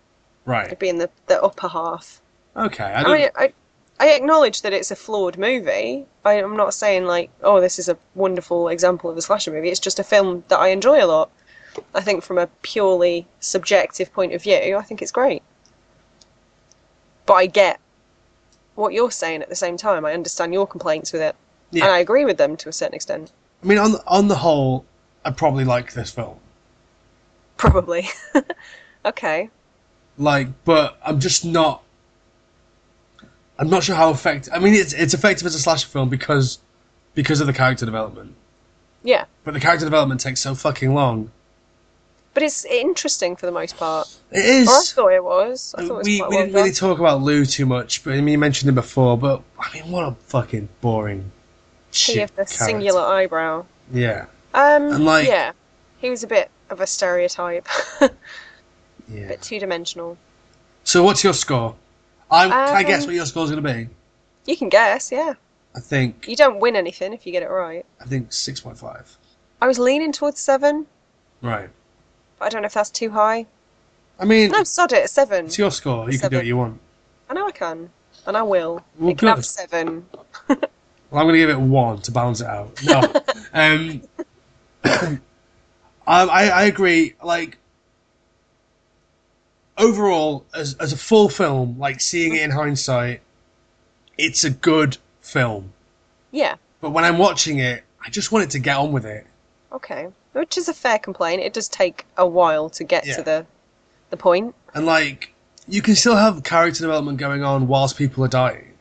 Speaker 2: Right.
Speaker 3: It'd be in the, the upper half.
Speaker 2: Okay. I
Speaker 3: I
Speaker 2: don't,
Speaker 3: mean, I, I acknowledge that it's a flawed movie. I, I'm not saying, like, oh, this is a wonderful example of a slasher movie. It's just a film that I enjoy a lot. I think from a purely subjective point of view, I think it's great. But I get what you're saying at the same time. I understand your complaints with it.
Speaker 2: Yeah.
Speaker 3: And I agree with them to a certain extent.
Speaker 2: I mean on, the- on the whole, I probably like this film.
Speaker 3: Probably. okay.
Speaker 2: like but i'm just not i'm not sure how effective i mean it's it's effective as a slasher film because because of the character development
Speaker 3: Yeah.
Speaker 2: but the character development takes so fucking long
Speaker 3: But it's interesting for the most part.
Speaker 2: it
Speaker 3: Or I
Speaker 2: is
Speaker 3: thought it was. Oh, I thought it was
Speaker 2: we,
Speaker 3: quite
Speaker 2: we
Speaker 3: well
Speaker 2: didn't really
Speaker 3: done.
Speaker 2: talk about lou too much but i mean you mentioned him before but i mean what a fucking boring
Speaker 3: He
Speaker 2: shit
Speaker 3: of the
Speaker 2: character.
Speaker 3: singular eyebrow.
Speaker 2: yeah
Speaker 3: Um,
Speaker 2: And, like-
Speaker 3: yeah. He was a bit of a stereotype.
Speaker 2: yeah
Speaker 3: bit two dimensional.
Speaker 2: so what's your score I, can I guess
Speaker 3: Um,
Speaker 2: what your score's going to be?
Speaker 3: You can guess, yeah.
Speaker 2: I think
Speaker 3: You don't win anything if you get it right.
Speaker 2: I think six point five.
Speaker 3: I was leaning towards seven,
Speaker 2: Right.
Speaker 3: but I don't know if that's too high.
Speaker 2: I mean,
Speaker 3: No, sod it, seven.
Speaker 2: it's your score. You can do
Speaker 3: Seven.
Speaker 2: what you want.
Speaker 3: I know I can. And I will.
Speaker 2: Well,
Speaker 3: it can have
Speaker 2: good.
Speaker 3: seven.
Speaker 2: Well, I'm going to give it one to balance it out. No, um, um, I, I agree. Like overall, as as a full film, like seeing it in hindsight, it's a good film.
Speaker 3: Yeah,
Speaker 2: But when I'm watching it, I just wanted to get on with it.
Speaker 3: okay. Which is a fair complaint. It does take a while to get
Speaker 2: Yeah.
Speaker 3: to the the point.
Speaker 2: And like, you can still have character development going on whilst people are dying.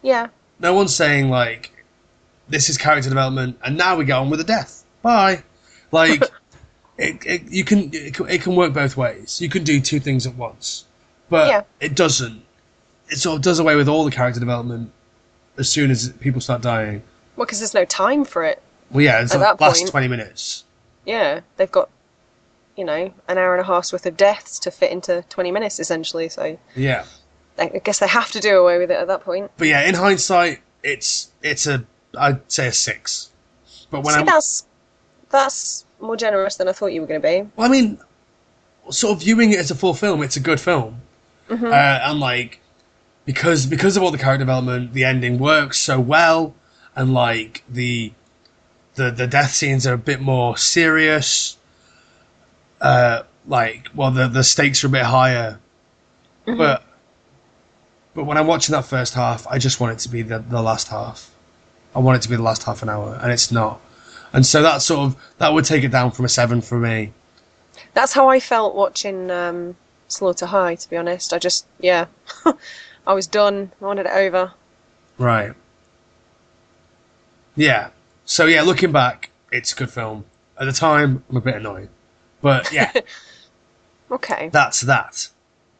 Speaker 3: Yeah,
Speaker 2: No one's saying like, this is character development, and now we get on with the death. Bye. Like, it, it you can it, can- it can work both ways. You can do two things at once, but
Speaker 3: Yeah.
Speaker 2: it doesn't. It sort of does away with all the character development as soon as people start dying.
Speaker 3: well, because there's no time for it.
Speaker 2: Well, yeah, it's
Speaker 3: At
Speaker 2: like
Speaker 3: that
Speaker 2: last
Speaker 3: point-
Speaker 2: twenty minutes.
Speaker 3: Yeah, they've got, you know, an hour and a half's worth of deaths to fit into 20 minutes essentially. So
Speaker 2: Yeah,
Speaker 3: I I guess they have to do away with it at that point.
Speaker 2: but yeah, in hindsight, it's it's a I'd say a six. But when
Speaker 3: See,
Speaker 2: I'm
Speaker 3: that's that's more generous than I thought you were going to be.
Speaker 2: Well, I mean, sort of viewing it as a full film, it's a good film, uh, and like because because of all the character development, the ending works so well, and like the the the death scenes are a bit more serious. Uh, like, well, the the stakes are a bit higher, but But when I'm watching that first half, I just want it to be the, the last half. I want it to be the last half an hour, and it's not. And so that sort of that would take it down from a seven for me.
Speaker 3: That's how I felt watching um, Slaughter High, to be honest. I just, yeah, I was done. I wanted it over.
Speaker 2: Right. Yeah. So yeah, looking back, it's a good film. At the time, I'm a bit annoyed, but yeah,
Speaker 3: Okay,
Speaker 2: that's that.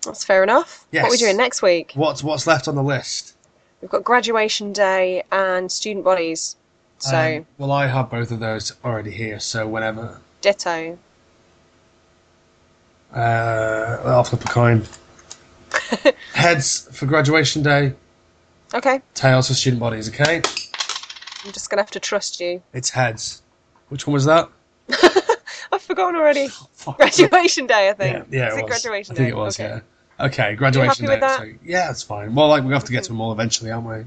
Speaker 3: that's fair enough. What are we
Speaker 2: Yes.
Speaker 3: doing next week?
Speaker 2: What's what's left on the list?
Speaker 3: We've got graduation day and student bodies. So,
Speaker 2: Um, well, I have both of those already here, so whenever
Speaker 3: ditto.
Speaker 2: uh, I'll flip a coin. Heads for graduation day,
Speaker 3: Okay,
Speaker 2: tails for student bodies. Okay,
Speaker 3: I'm just going to have to trust you.
Speaker 2: it's heads. Which one was that?
Speaker 3: I've forgotten already.
Speaker 2: Fuck.
Speaker 3: Graduation day, I think.
Speaker 2: Yeah, yeah,
Speaker 3: Is
Speaker 2: it
Speaker 3: it
Speaker 2: was.
Speaker 3: graduation
Speaker 2: I think
Speaker 3: day?
Speaker 2: it was.
Speaker 3: Okay.
Speaker 2: Yeah. Okay, graduation
Speaker 3: happy with
Speaker 2: day.
Speaker 3: that?
Speaker 2: So, yeah, that's fine. Well, like we have to get to them all eventually, aren't we?
Speaker 3: And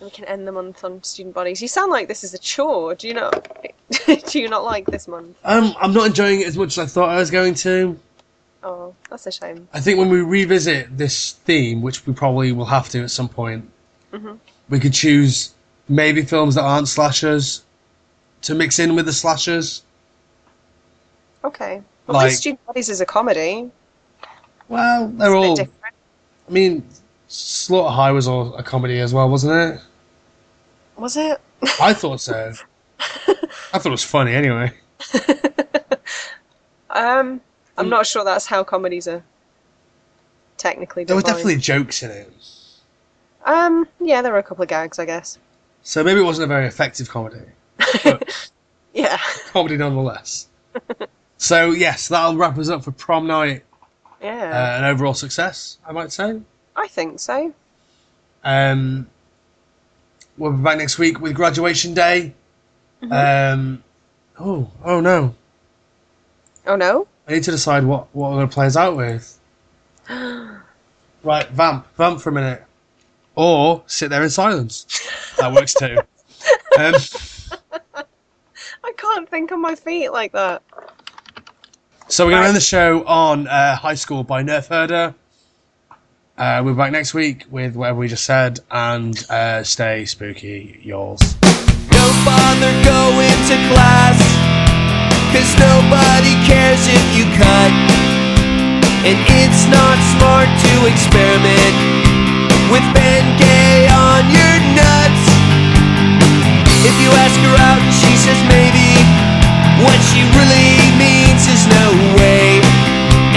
Speaker 3: we can end the month on student bodies. You sound like this is a chore. Do you not? do you not like this month?
Speaker 2: Um, I'm not enjoying it as much as I thought I was going to.
Speaker 3: Oh, that's a shame.
Speaker 2: I think when we revisit this theme, which we probably will have to at some point,
Speaker 3: Mm-hmm.
Speaker 2: we could choose maybe films that aren't slashers to mix in with the slashers.
Speaker 3: Okay. Well,
Speaker 2: Like-
Speaker 3: student bodies is a comedy.
Speaker 2: Well, they're
Speaker 3: It's a bit
Speaker 2: all.
Speaker 3: different.
Speaker 2: I mean, Slaughter High was all a comedy as well, wasn't it?
Speaker 3: Was it?
Speaker 2: I thought so. I thought it was funny anyway. Mm.
Speaker 3: Um, I'm not sure that's how comedies are technically
Speaker 2: There were
Speaker 3: defined.
Speaker 2: definitely jokes in it.
Speaker 3: Um, yeah, there were a couple of gags, I guess.
Speaker 2: So maybe it wasn't a very effective comedy.
Speaker 3: Yeah.
Speaker 2: Comedy nonetheless. so, yes, that'll wrap us up for prom night. Uh,
Speaker 3: Yeah.
Speaker 2: an overall success, I might say.
Speaker 3: I think so.
Speaker 2: Um, we'll be back next week with graduation day. Um, oh, oh no!
Speaker 3: Oh no.
Speaker 2: I need to decide what what we're gonna play us out with. right, vamp, vamp for a minute, or sit there in silence. That works too. um,
Speaker 3: I can't think on my feet like that.
Speaker 2: so we're gonna end the show on uh, High School by Nerf Herder. Uh, we're back next week with whatever we just said, and uh, stay spooky, yours.
Speaker 10: Don't bother going to class. Cause nobody cares if you cut. And it's not smart to experiment with Ben Gay on your nuts. If you ask her out and she says maybe, what she really means is no way.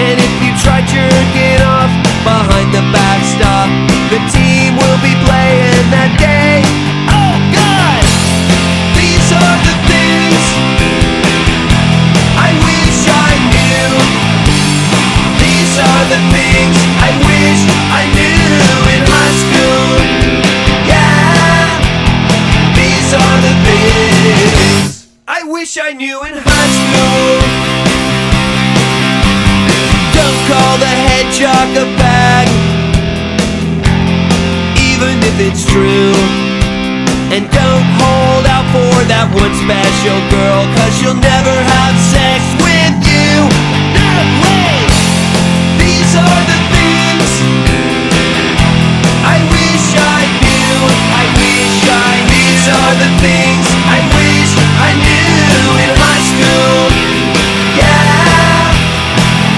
Speaker 10: And if you try jerking off behind the backstop, the team will be playing that day. Oh, God! These are the things I wish I knew. These are the things I wish I knew in high school. Yeah. These are the things I wish I knew in high school. Don't call the hedgehog a bag, even if it's true. And don't hold out for that one special girl, cause you'll never have sex with you. No way! These are the things I wish I knew. I wish I knew. These are the things I wish I knew in high school. Yeah.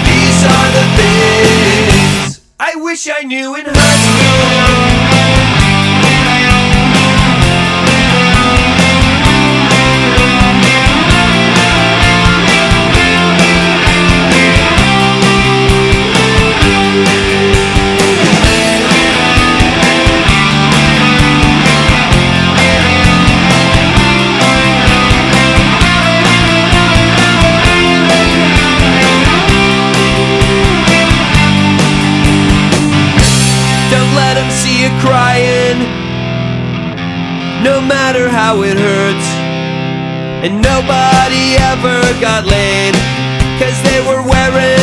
Speaker 10: These are the things I wish I knew in high school. Don't let them see you crying. No matter how it hurts. And nobody ever got laid. Cause they were wearing